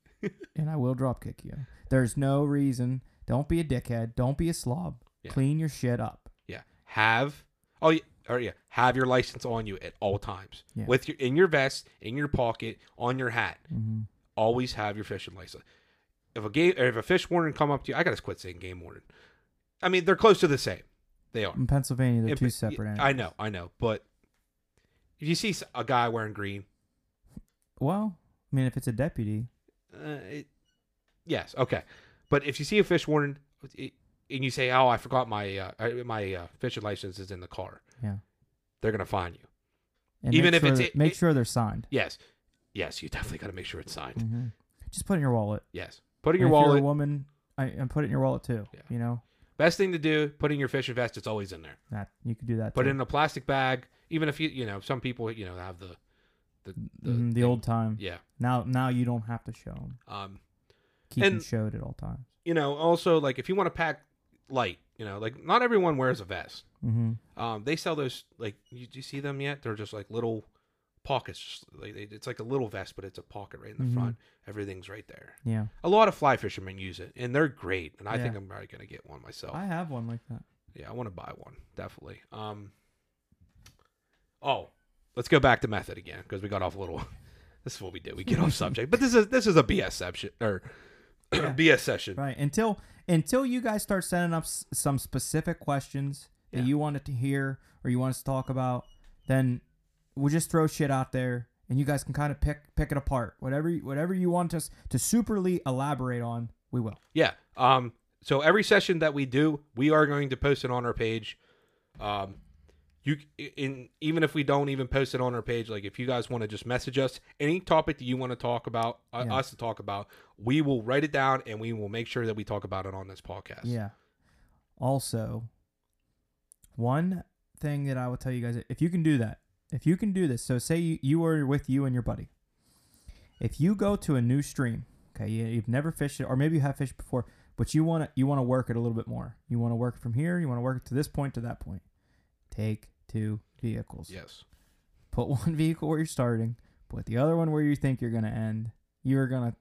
and I will dropkick you. There's no reason. Don't be a dickhead. Don't be a slob. Yeah. Clean your shit up. Yeah, have oh yeah, or yeah, have your license on you at all times, Yeah. with your in your vest, in your pocket, on your hat. hmm always have your fishing license. If a game or if a fish warden come up to you, I gotta quit saying game warden. I mean, they're close to the same. They are. In Pennsylvania, they're If- two separate entities. I know, I know, but if you see s- a guy wearing green, Well, I mean, if it's a deputy, uh, it, yes, okay. But if you see a fish warden it, and you say, "Oh, I forgot my uh, uh, my uh, fishing license is in the car," yeah. they're gonna find you. And Even make if sure it's- that- it- make it- sure they're signed. Yes, yes, you definitely gotta make sure it's signed. hmm Just put it in your wallet. Yes, put in And your if You're wallet. a woman, I, and put it in your wallet too. Yeah. You know Best thing to do, put in your fishing vest. It's always in there. that you could do that. Put too. it in a plastic bag. Even if you, you know, some people, you know, have the, Mm. the, the, Mhm, the thing. old time. yeah. Now, now you don't have to show them. Um, Keep them And- showed at all times. you know, also like if you want to pack light, you know, like not everyone wears a vest. hmm Um, they sell those like you, do you see them yet? They're just like little pockets. Just, like they, it's like a little vest, but it's a pocket right in the Mhm. front. Everything's right there. Yeah, A lot of fly fishermen use it, and they're great. And I think Yeah. I'm probably gonna get one myself. I have one like that. Yeah, I want to buy one definitely. Um. Oh, let's go back to method again because we got off a little. [laughs] This is what we do. We get off subject, but this is this is a BS session or [clears throat] BS session. Right. Until until you guys start sending up s- some specific questions Yeah. that you wanted to hear or you want us to talk about, then we'll just throw shit out there and you guys can kind of pick pick it apart. Whatever you- whatever you want us to superly elaborate on, we will. Yeah. Um. So every session that we do, we are going to post it on our page. Um. You in even if we don't even post it on our page, like if you guys want to just message us any topic that you want to talk about, uh, Yeah. us to talk about, we will write it down and we will make sure that we talk about it on this podcast. Yeah. Also, one thing that I will tell you guys if you can do that, if you can do this, so say you, you are with you and your buddy. If you go to a new stream, okay, you, you've never fished it, or maybe you have fished before, but you want to you want to work it a little bit more. You want to work from here, you want to work it to this point to that point. Take two vehicles. Yes. Put [laughs] one vehicle where you're starting, put the other one where you think you're going to end. You're going to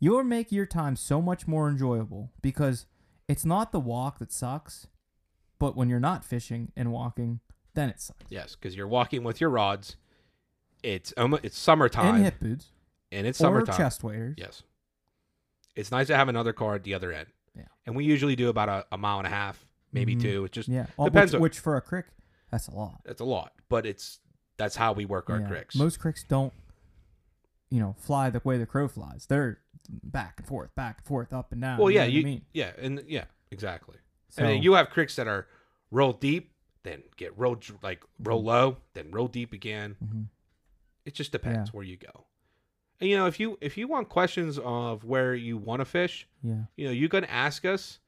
you'll make your time so much more enjoyable because it's not the walk that sucks, but when you're not fishing and walking, then it sucks. Yes, because you're walking with your rods. It's almost, it's summertime And and, hip boots it's or summertime. chest waders. Yes. It's nice to have another car at the other end. Yeah. And we usually do about a, a mile and a half, maybe Mhm. two. It just Yeah, all- Depends which, on- which for a crick, that's a lot. that's a lot, but it's that's how we work our Yeah. cricks. Most cricks don't, you know, fly the way the crow flies. They're back and forth, back and forth, up and down. well, you know yeah, what you I mean, yeah, and yeah, exactly. so, I mean, you have cricks that are roll deep, then get roll dr- like Mm. roll low, then roll deep again. Mhm. It just depends where you go. And you know, if you if you want questions of where you want to fish, yeah, you know, you can ask us.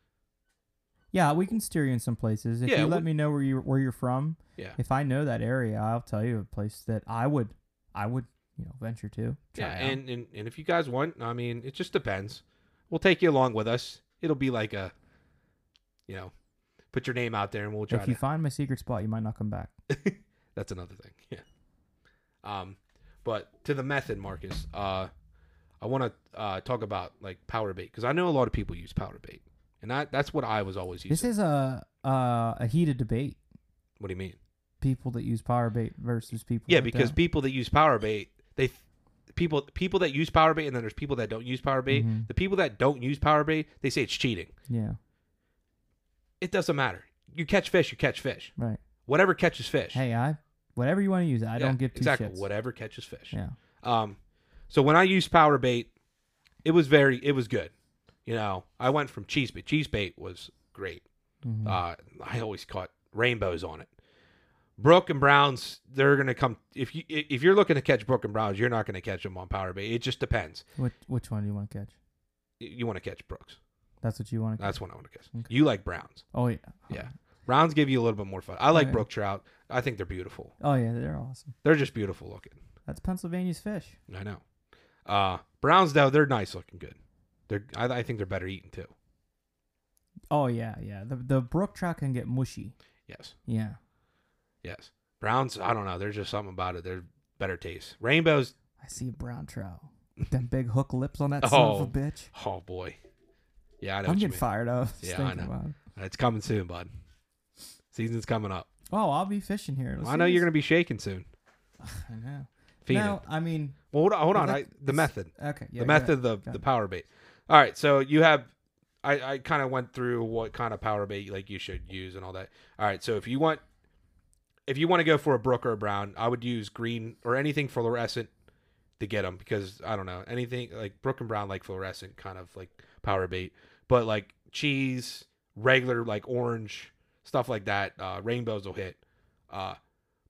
yeah, we can steer you in some places if Yeah, you let we- me know where you where you're from. Yeah. if I know that area, I'll tell you a place that I would, I would, you know, venture to. Try Yeah, out. and, and and if you guys want, I mean, it just depends. We'll take you along with us. it'll be like a, you know, put your name out there and we'll try. if you to, find my secret spot, you might not come back. that's another thing. [laughs] Yeah. Um, but to the method, Marcus. Uh, I want to uh talk about like powder bait because I know a lot of people use powder bait, and that that's what I was always using. This is a uh, a heated debate. what do you mean? People that use power bait versus people. Yeah, that because don't. people that use power bait, they people people that use power bait, and then there's people that don't use power bait. Mhm. The people that don't use power bait, they say it's cheating. yeah, It doesn't matter. You catch fish, you catch fish. right. Whatever catches fish. Hey, I whatever you want to use. I Yeah, don't give two exactly shits. whatever catches fish. Yeah, Um, so when I used power bait, it was very it was good. You know, I went from cheese bait. Cheese bait was great. Mhm. Uh, I always caught rainbows on it. Brook and Browns, they're gonna come if you if you're looking to catch Brook and Browns, you're not gonna catch them on power bait. It just depends. which which one do you want to catch? You want to catch Brooks. That's what you want to. catch. That's what I want to catch. Okay. You like Browns. Oh yeah. Yeah. Browns give you a little bit more fun. I like yeah. brook trout. I think they're beautiful. Oh yeah, they're awesome. They're just beautiful looking. That's Pennsylvania's fish. I know. Uh, Browns though, they're nice looking. Good. They're. I, I think they're better eaten too. Oh yeah, yeah. The the brook trout can get mushy. Yes. Yeah. Yes. Browns. I don't know. There's just something about it. They're better taste. Rainbows. I see a brown trout. With them big hook lips on that Oh, son of a bitch. Oh boy. Yeah, I know I'm what you getting mean. fired up. just Yeah, I thinking know. about it. It's coming soon, bud. Season's coming up. Oh, I'll be fishing here. I know you're gonna be shaking soon. gonna. I know. Feeding. Now, I mean, well, hold on. Hold Well, on. I, that- the method. okay. Yeah, the go ahead. method, the, Got the it. power bait. All right, so you have, I, I kind of went through what kind of power bait like you should use and all that. All right, so if you want, if you want to go for a brook or a brown, I would use green or anything fluorescent to get them because I don't know anything like brook and brown like fluorescent kind of like power bait, but like cheese, regular like orange stuff like that, uh, rainbows will hit. Uh,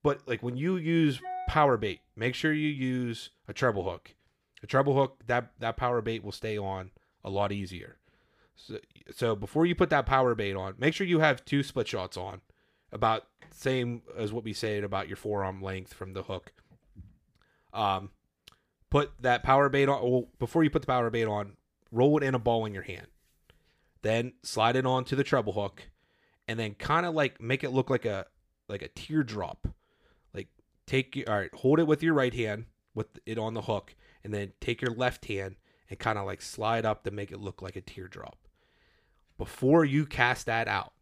but like when you use power bait, make sure you use a treble hook. A treble hook that that power bait will stay on a lot easier. So, so before you put that power bait on, make sure you have two split shots on, about same as what we said about your forearm length from the hook. Um, put that power bait on. Well, before you put the power bait on, roll it in a ball in your hand, then slide it onto the treble hook, and then kind of like make it look like a like a teardrop. Like take your all right, hold it with your right hand with it on the hook, and then take your left hand and kind of like slide up to make it look like a teardrop. Before you cast that out,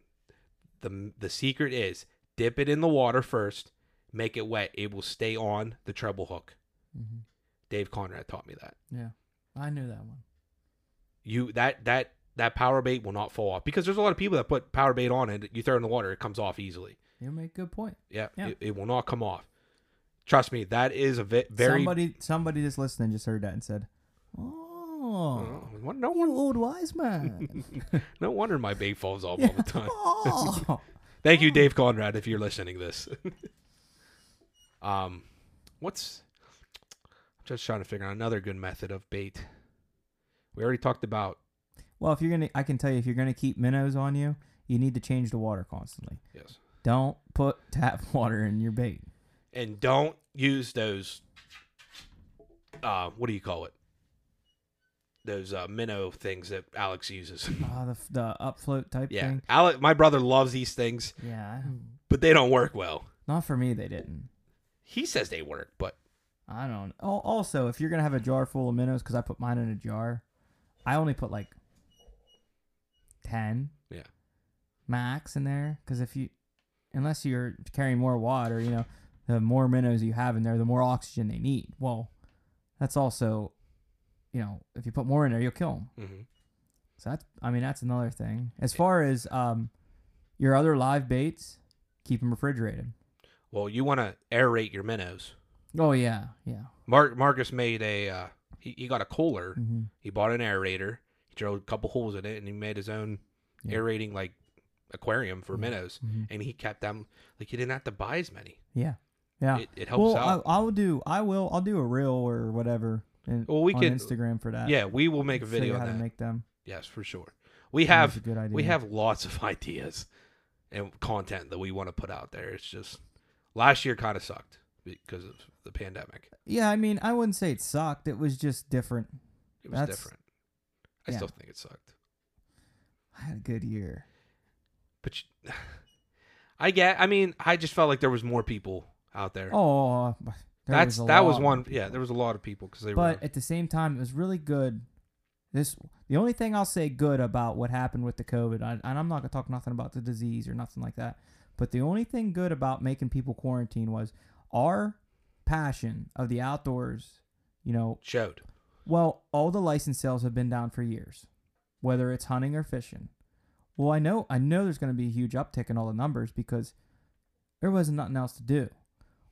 the the secret is dip it in the water first, make it wet. It will stay on the treble hook. Mhm. Dave Conrad taught me that. Yeah, I knew that one. You that that that power bait will not fall off because there's a lot of people that put power bait on and you throw it in the water, it comes off easily. You make a good point. Yeah, Yeah. It, it will not come off. Trust me, that is a ve- very. somebody somebody that's listening just heard that and said, "Oh, Oh, what- no you wonder, old wise [laughs] man." no wonder my bait falls [laughs] off all the time. oh. Thank you, Dave Conrad, if you're listening to this. [laughs] um, what's? I'm just trying to figure out another good method of bait. We already talked about Well, if you're gonna, I can tell you, if you're gonna keep minnows on you, you need to change the water constantly. yes, Don't put tap [laughs] water in your bait. and don't use those. Uh, what do you call it? Those uh, minnow things that Alex uses. Oh, the f- the upfloat type [laughs] yeah, thing. Alex. My brother loves these things, Yeah, I- but they don't work well. not for me. They didn't. He says they work, but I don't. Oh, also, if you're gonna have a jar full of minnows, because I put mine in a jar, I only put like ten. Yeah. Max in there, because if you, unless you're carrying more water, you know, the more minnows you have in there, the more oxygen they need. Well, that's also, you know, if you put more in there, you'll kill them. mhm. So that's. I mean, that's another thing. As far as um, your other live baits, keep them refrigerated. well, you want to aerate your minnows. Oh yeah, yeah. Mar- Marcus made a uh, he, he got a cooler. Mm-hmm. He bought an aerator. He drilled a couple holes in it, and he made his own Yeah. aerating like aquarium for minnows. Mhm. And he kept them like he didn't have to buy as many. Yeah. Yeah. It, it helps well, out. I, I'll do. I will. I'll do a reel or whatever. In, Well, we on can- Instagram for that. yeah, we will make a uh, Show video you on how that. to make them. yes, for sure. We That's have a good idea. we have lots of [laughs] ideas and content that we want to put out there. It's just last year kind of sucked because of the pandemic. Yeah, I mean, I wouldn't say it sucked. It was just different. It was That's- different. I yeah. still think it sucked. I had a good year. But you, [sighs] I get. I mean, I just felt like there was more people out there. Oh, there That's was a that was lot. one. Yeah, there was a lot of people because they But were. at the same time, it was really good. This the only thing I'll say good about what happened with the COVID, I, and I'm not gonna talk nothing about the disease or nothing like that. But the only thing good about making people quarantine was our passion of the outdoors. You know, Showed. well, all the license sales have been down for years, whether it's hunting or fishing. Well, I know I know there's going to be a huge uptick in all the numbers because there wasn't nothing else to do.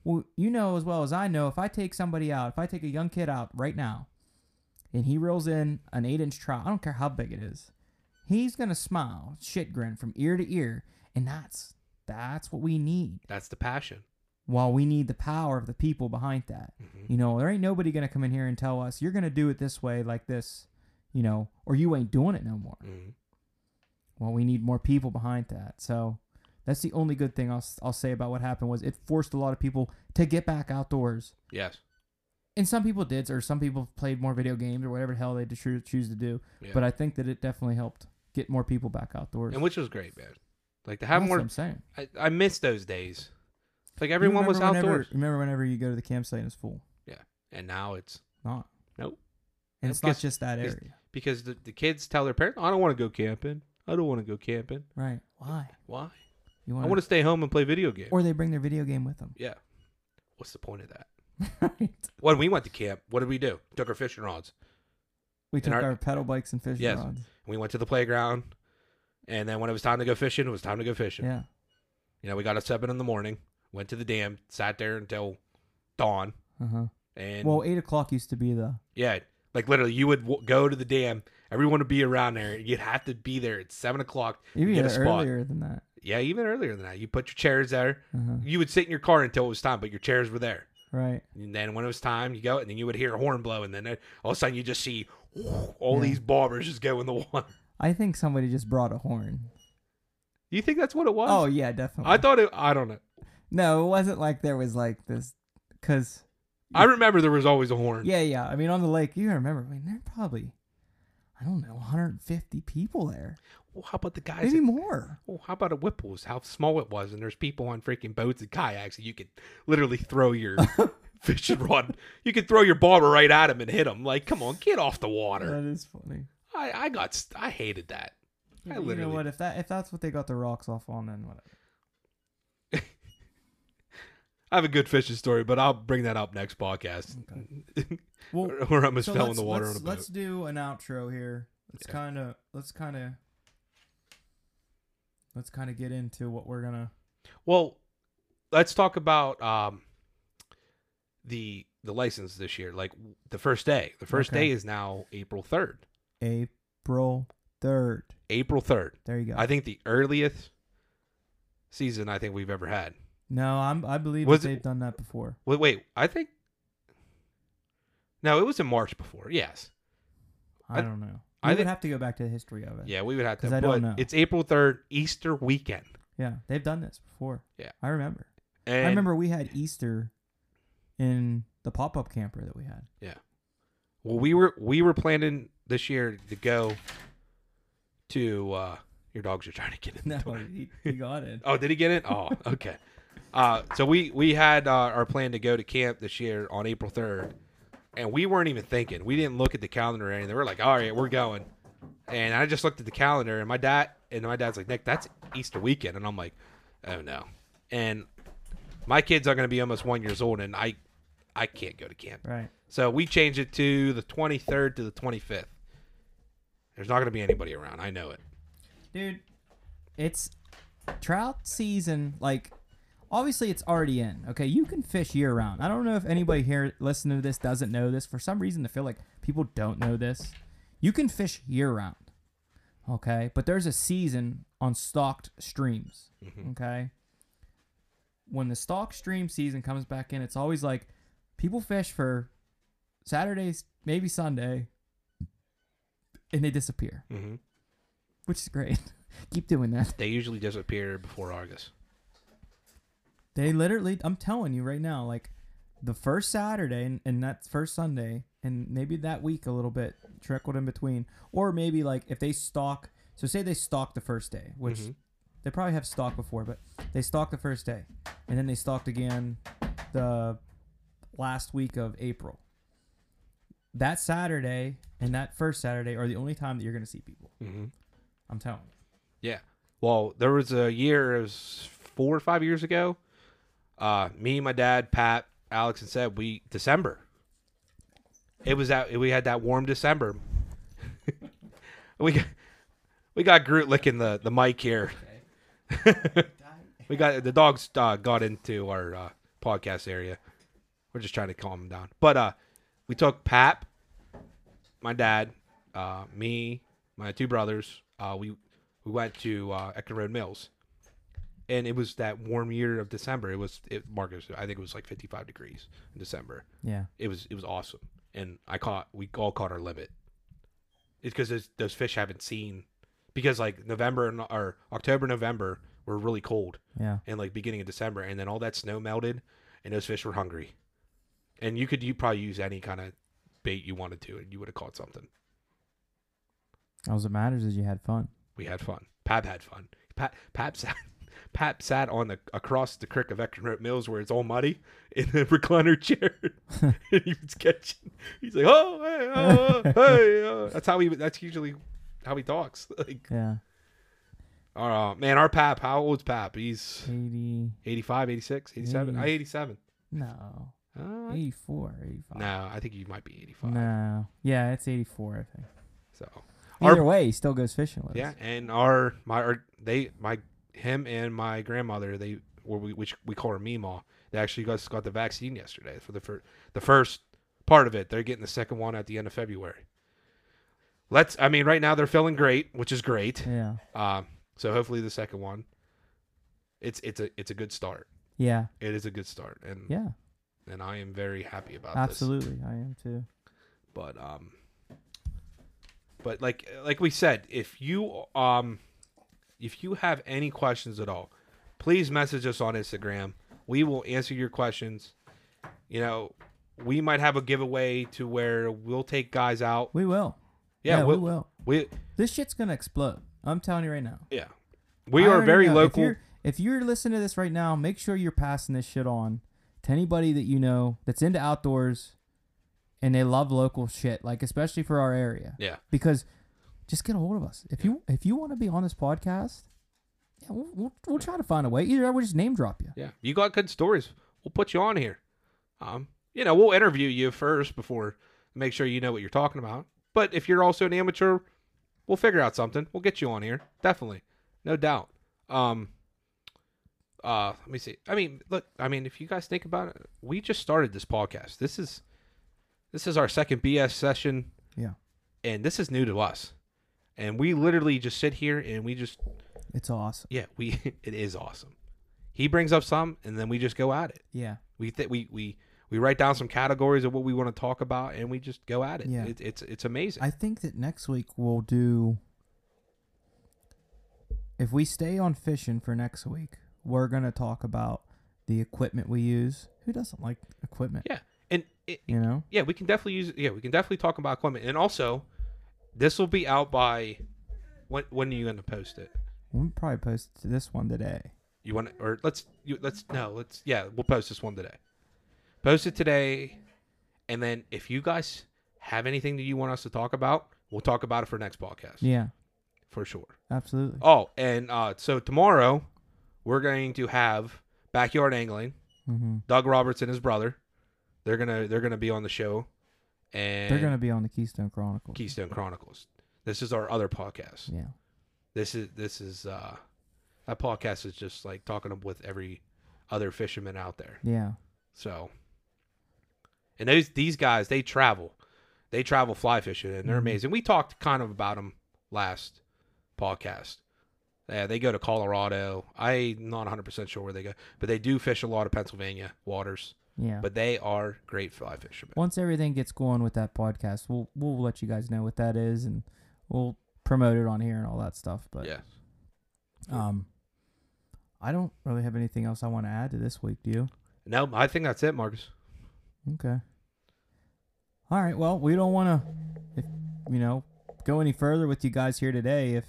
Well, you know as well as I know, if I take somebody out, if I take a young kid out right now, and he reels in an eight-inch trout, I don't care how big it is, he's gonna smile, shit grin from ear to ear, and that's that's what we need. That's the passion. While we need the power of the people behind that. Mhm. You know, there ain't nobody gonna come in here and tell us you're gonna do it this way, like this, you know, or you ain't doing it no more. Mhm. Well, we need more people behind that. So that's the only good thing I'll, s- I'll say about what happened was it forced a lot of people to get back outdoors, Yes. and some people did, or some people played more video games or whatever the hell they choose choose to do. Yeah. But I think that it definitely helped get more people back outdoors. and which was great, man. Like to have that's what more. I'm saying. I, I miss those days. Like You everyone was remember whenever- outdoors, remember whenever you go to the campsite and it's full? and now it's Not. Nope. And That's it's not just- just that it's- area, because the, the kids tell their parents, "I don't want to go camping. I don't want to go camping. right? Why? Why? You I want to stay home and play video games." or they bring their video game with them. yeah. What's the point of that? right. When we went to camp, what did we do? Took our fishing rods. We took our- our, pedal bikes and fishing Yes. rods. We went to the playground, and then when it was time to go fishing, it was time to go fishing. Yeah. You know, we got up seven in the morning, went to the dam, sat there until dawn, Uh huh. and Well, eight o'clock used to be the yeah, like literally, you would w- go to the dam. Everyone would be around there. You'd have to be there at seven o'clock. to even get a spot. earlier than that. Yeah, even earlier than that. You put your chairs there. Uh-huh. You would sit in your car until it was time, but your chairs were there. Right. And then when it was time, you go, and then you would hear a horn blow, and then uh, all of a sudden you just see whoo, all Yeah. these barbers just go in the [laughs] water. I think somebody just brought a horn. You think that's what it was? Oh yeah, definitely. I thought it. I don't know. no, it wasn't like there was like this, because I remember there was always a horn. yeah, yeah. I mean, on the lake, you remember? I mean, there are probably, I don't know, 150 people there, Well, how about the guys? maybe that- more. well, how about a Whipples? How small it was, and there's people on freaking boats and kayaks that you could literally throw [laughs] your fishing rod. You could throw your barber right at him and hit him. Like, come on, get off the water. That is funny. I, I got. St- I hated that. I you know literally- what? If that if that's what they got the rocks off on, then whatever. I have a good fishing story, but I'll bring that up next podcast. Well, [laughs] Where I almost So fell in let's- the water on let's- a boat. Let's do an outro here. Let's Yeah. kind of let's kind of let's kind of get into what we're gonna. Well, let's talk about um, the the license this year. Like the first day. The first Okay. day is now April third. April third. April third. There you go. I think the earliest season I think we've ever had. no, I'm I believe Was that it- they've done that before. Wait, wait. I think. No, it was in March before. Yes. I, I- don't know. I I would think- have to go back to the history of it. Yeah, we would have to. 'Cause I but don't know. It's April third, Easter weekend. Yeah, they've done this before. Yeah. I remember. And I remember we had Easter in the pop up camper that we had. [laughs] Well, we were we were planning this year to go to uh your dogs are trying to get in. the door. he, he got it. [laughs] Oh, did he get it? Oh, okay. Uh so we we had uh, our plan to go to camp this year on April 3rd. And we weren't even thinking. We didn't look at the calendar or anything. We are like, "All right, we're going." And I just looked at the calendar and my dad and my dad's like, "Nick, that's Easter weekend." And I'm like, "Oh no." And my kids are going to be almost 1 years old and I I can't go to camp. Right. So we changed it to the 23rd to the 25th. There's not going to be anybody around. I know it. dude it's trout season like obviously it's already in okay you can fish year round i don't know if anybody here listening to this doesn't know this for some reason i feel like people don't know this you can fish year round okay but there's a season on stocked streams okay when the stock stream season comes back in it's always like people fish for saturdays maybe sunday and they disappear Mm-hmm. which is great. [laughs] Keep doing that. They usually disappear before August. They literally, I'm telling you right now, like the first Saturday and, and that first Sunday, and maybe that week a little bit trickled in between, or maybe like if they stock So say they stalk the first day, which Mhm. they probably have stalked before, but they stalked the first day, and then they stalked again the last week of April. That Saturday and that first Saturday are the only time that you're going to see people. Mhm. I'm telling you. Yeah. Well, there was a year, it was four or five years ago. Uh, me, my dad, Pat, Alex, and said we December. It was that we had that warm December. [laughs] we got, we got Groot licking the the mic here. [laughs] we got the dogs uh, got into our uh, podcast area. We're just trying to calm them down. But uh, we took Pap, my dad, uh, me, my two brothers. Uh, we we went to uh, Eckenrode Mills, and it was that warm year of December. It was it, Marcus. I think it was like 55 degrees in December. Yeah. It was it was awesome, and I caught we all caught our limit. It's because those, those fish haven't seen because like November and or October November were really cold Yeah. and like beginning of December, and then all that snow melted, and those fish were hungry. And you could you probably use any kind of bait you wanted to, and you would have caught something. All that matters is you had fun. We had fun. Pap had fun. Pap Pap sat [laughs] Pap sat on the across the creek of Eckenrote Mills where it's all muddy in the [laughs] recliner chair. and he was catching. He's like, oh, hey, oh, oh, hey, oh." that's how he. That's usually how he talks. [laughs] Like, Yeah. all right, man, our Pap. How old's Pap? He's 80. 85, 86, 87. I 87. No. Uh, 84, 85. No, I think you might be 85. No. Yeah, it's 84, I think. So Either Our- way, he still goes fishing with yeah, us. and our my our, they my him and my grandmother they or we which we call her Mima. They actually got got the vaccine yesterday for the fir- the first part of it. They're getting the second one at the end of February. Let's I mean right now they're feeling great, which is great. Yeah. Um, so hopefully the second one. It's it's a it's a good start. Yeah. It is a good start, and Yeah. and I am very happy about this. Absolutely. I am too. but um but like like we said if you um if you have any questions at all please message us on instagram we will answer your questions you know we might have a giveaway to where we'll take guys out We will. yeah, we we'll, we will. This shit's going to explode. I'm telling you right now. yeah we I are already very know. If local you're, if you're listening to this right now, make sure you're passing this shit on to anybody that you know that's into outdoors and they love local shit, like especially for our area. yeah Because just get a hold of us. If you if you want to be on this podcast, yeah, we'll, we'll, we'll try to find a way. Either I will just name drop you. yeah you got good stories we'll put you on here um you know we'll interview you first before make sure you know what you're talking about but if you're also an amateur we'll figure out something. We'll get you on here, definitely, no doubt. Um, uh, let me see. I mean, look, I mean, if you guys think about it, we just started this podcast. This is this is our second BS session. Yeah. and this is new to us, and we literally just sit here and we just It's awesome. yeah we [laughs] it is awesome. He brings up some, and then we just go at it. Yeah. We th- we we we write down some categories of what we want to talk about, and we just go at it. Yeah. It, it's it's amazing. I think that next week we'll do. If we stay on fishing for next week, we're gonna talk about the equipment we use. Who doesn't like equipment? yeah, and it, You know. yeah, we can definitely use. Yeah, we can definitely talk about equipment. And also, this will be out by when? When are you going to post it? We'll probably post this one today. You want to, or let's you, let's no, let's yeah, we'll post this one today. Post it today, and then if you guys have anything that you want us to talk about, we'll talk about it for next podcast Yeah, for sure. absolutely. Oh, and uh, so tomorrow we're going to have backyard angling. Mm-hmm. Doug Roberts and his brother, they're gonna they're gonna be on the show, and They're gonna be on the Keystone Chronicles. Keystone Chronicles. This is our other podcast. Yeah, This is this is uh that podcast is just like talking with every other fisherman out there. yeah, So and those these guys they travel. They travel fly fishing and they're Mhm. amazing. We talked kind of about them last podcast. Yeah, they go to Colorado. I'm not 100% sure where they go, but they do fish a lot of Pennsylvania waters. yeah. But they are great fly fishermen. once everything gets going with that podcast, we'll we'll let you guys know what that is, and we'll promote it on here and all that stuff. But yeah. um, I don't really have anything else I want to add to this week. Do you? No, I think that's it, Marcus. Okay. All right. Well, we don't want to, if you know, go any further with you guys here today. If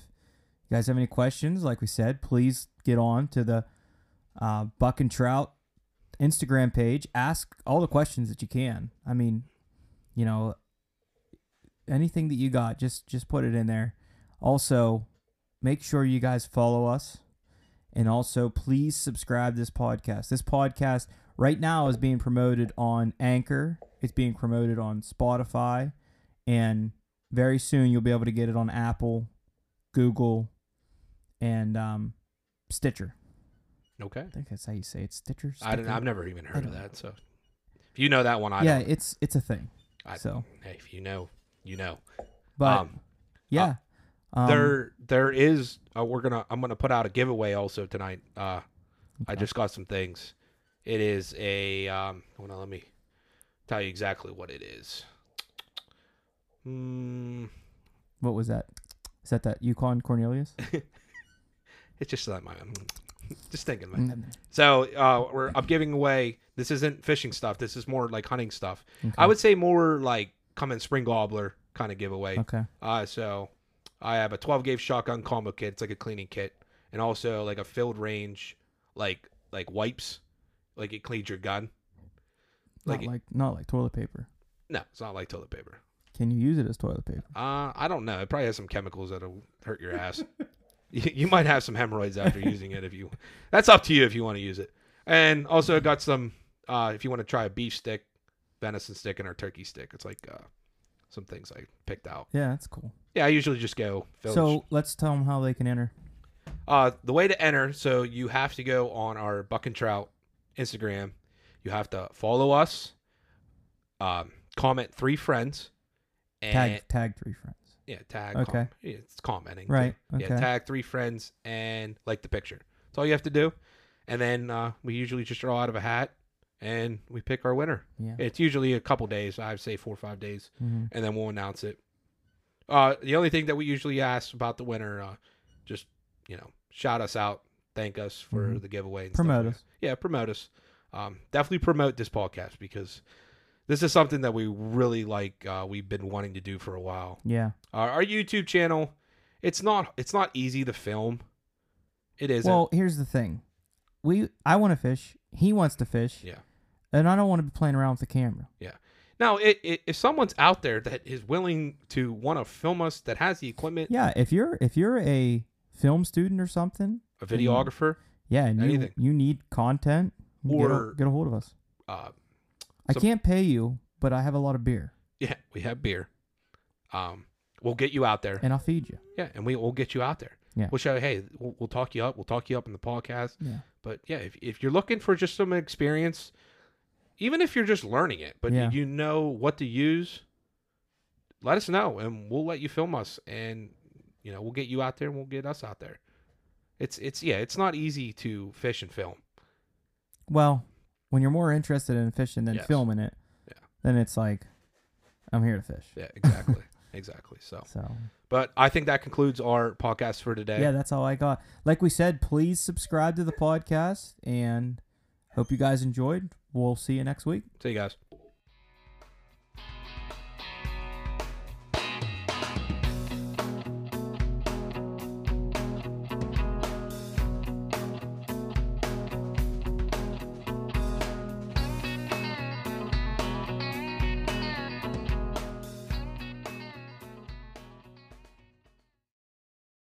you guys have any questions, like we said, please get on to the uh, Buck and Trout Instagram page. Ask all the questions that you can. I mean, you know, anything that you got, just just put it in there. Also, make sure you guys follow us, and also please subscribe to this podcast. This podcast right now is being promoted on Anchor. It's being promoted on Spotify, and very soon you'll be able to get it on Apple, Google, and um, Stitcher. Okay. I think that's how you say it. Stitcher. I don't. Stitcher? I've never even heard of don't know. that. So if you know that one, I yeah, don't. it's it's a thing. I- so, Hey, if you know, you know. but um, uh, yeah, um, there there is uh, we're gonna i'm gonna put out a giveaway also tonight uh i Okay. just got some things it is a um hold on let me tell you exactly what it is mm, What was that? Is that that Yukon [laughs] Cornelius? it's just like my just thinking Mm. about it. so uh we're i'm giving away this isn't fishing stuff this is more like hunting stuff i Okay. would say more like come and spring gobbler kind of giveaway Okay. Uh, so I have a 12 gauge shotgun combo kit. It's like a cleaning kit, and also like a filled range, like like wipes, like it cleans your gun. Like, Not like not like toilet paper. no, it's not like toilet paper. Can you use it as toilet paper? Uh, I don't know. It probably has some chemicals that'll hurt your ass. you, you might have some hemorrhoids after using it if you. [laughs] That's up to you if you want to use it. And also I got some. Uh, if you want to try a beef stick, venison stick, and our turkey stick, it's like uh, some things I picked out. Yeah, that's cool. Yeah, I usually just go. Village. So let's tell them how they can enter. Uh, the way to enter, so you have to go on our Buck and Trout Instagram. You have to follow us, um, comment three friends, and Tag tag three friends. yeah, tag. Okay. com- yeah, it's commenting. too. Right, Yeah, okay. tag three friends and like the picture. That's all you have to do, and then uh, we usually just draw out of a hat and we pick our winner. Yeah. It's usually a couple days. I would say four or five days Mhm. and then we'll announce it. Uh, the only thing that we usually ask about the winner, uh, just you know, shout us out, thank us for Mhm. the giveaway, and stuff Promote like us. that. Yeah, promote us. Um, definitely promote this podcast because this is something that we really like. Uh, we've been wanting to do for a while. Yeah. Our, our YouTube channel, it's not it's not easy to film. It isn't. well, here's the thing. We I want to fish. He wants to fish. Yeah. And I don't want to be playing around with the camera. now, it, it, if someone's out there that is willing to want to film us, that has the equipment, Yeah. If you're if you're a film student or something, a videographer, yeah, and you, Anything. you need content, get a, Or- get a hold of us. uh, I Some- can't pay you, but I have a lot of beer, Yeah, we have beer. Um, we'll get you out there. and I'll feed you. yeah, and we will get you out there. Yeah. We'll show. Hey, we'll, we'll talk you up. We'll talk you up in the podcast. Yeah. But yeah, if if you're looking for just some experience, even if you're just learning it, but Yeah. you know what to use, let us know, and we'll let you film us, and you know we'll get you out there, and we'll get us out there. It's it's yeah, it's not easy to fish and film. Well, when you're more interested in fishing than Yes. filming it, Yeah. then it's like, I'm here to fish. Yeah, [laughs] exactly, exactly. So, So but I think that concludes our podcast for today. yeah, that's all I got. Like we said, please subscribe to the podcast, and hope you guys enjoyed. We'll see you next week. See you guys.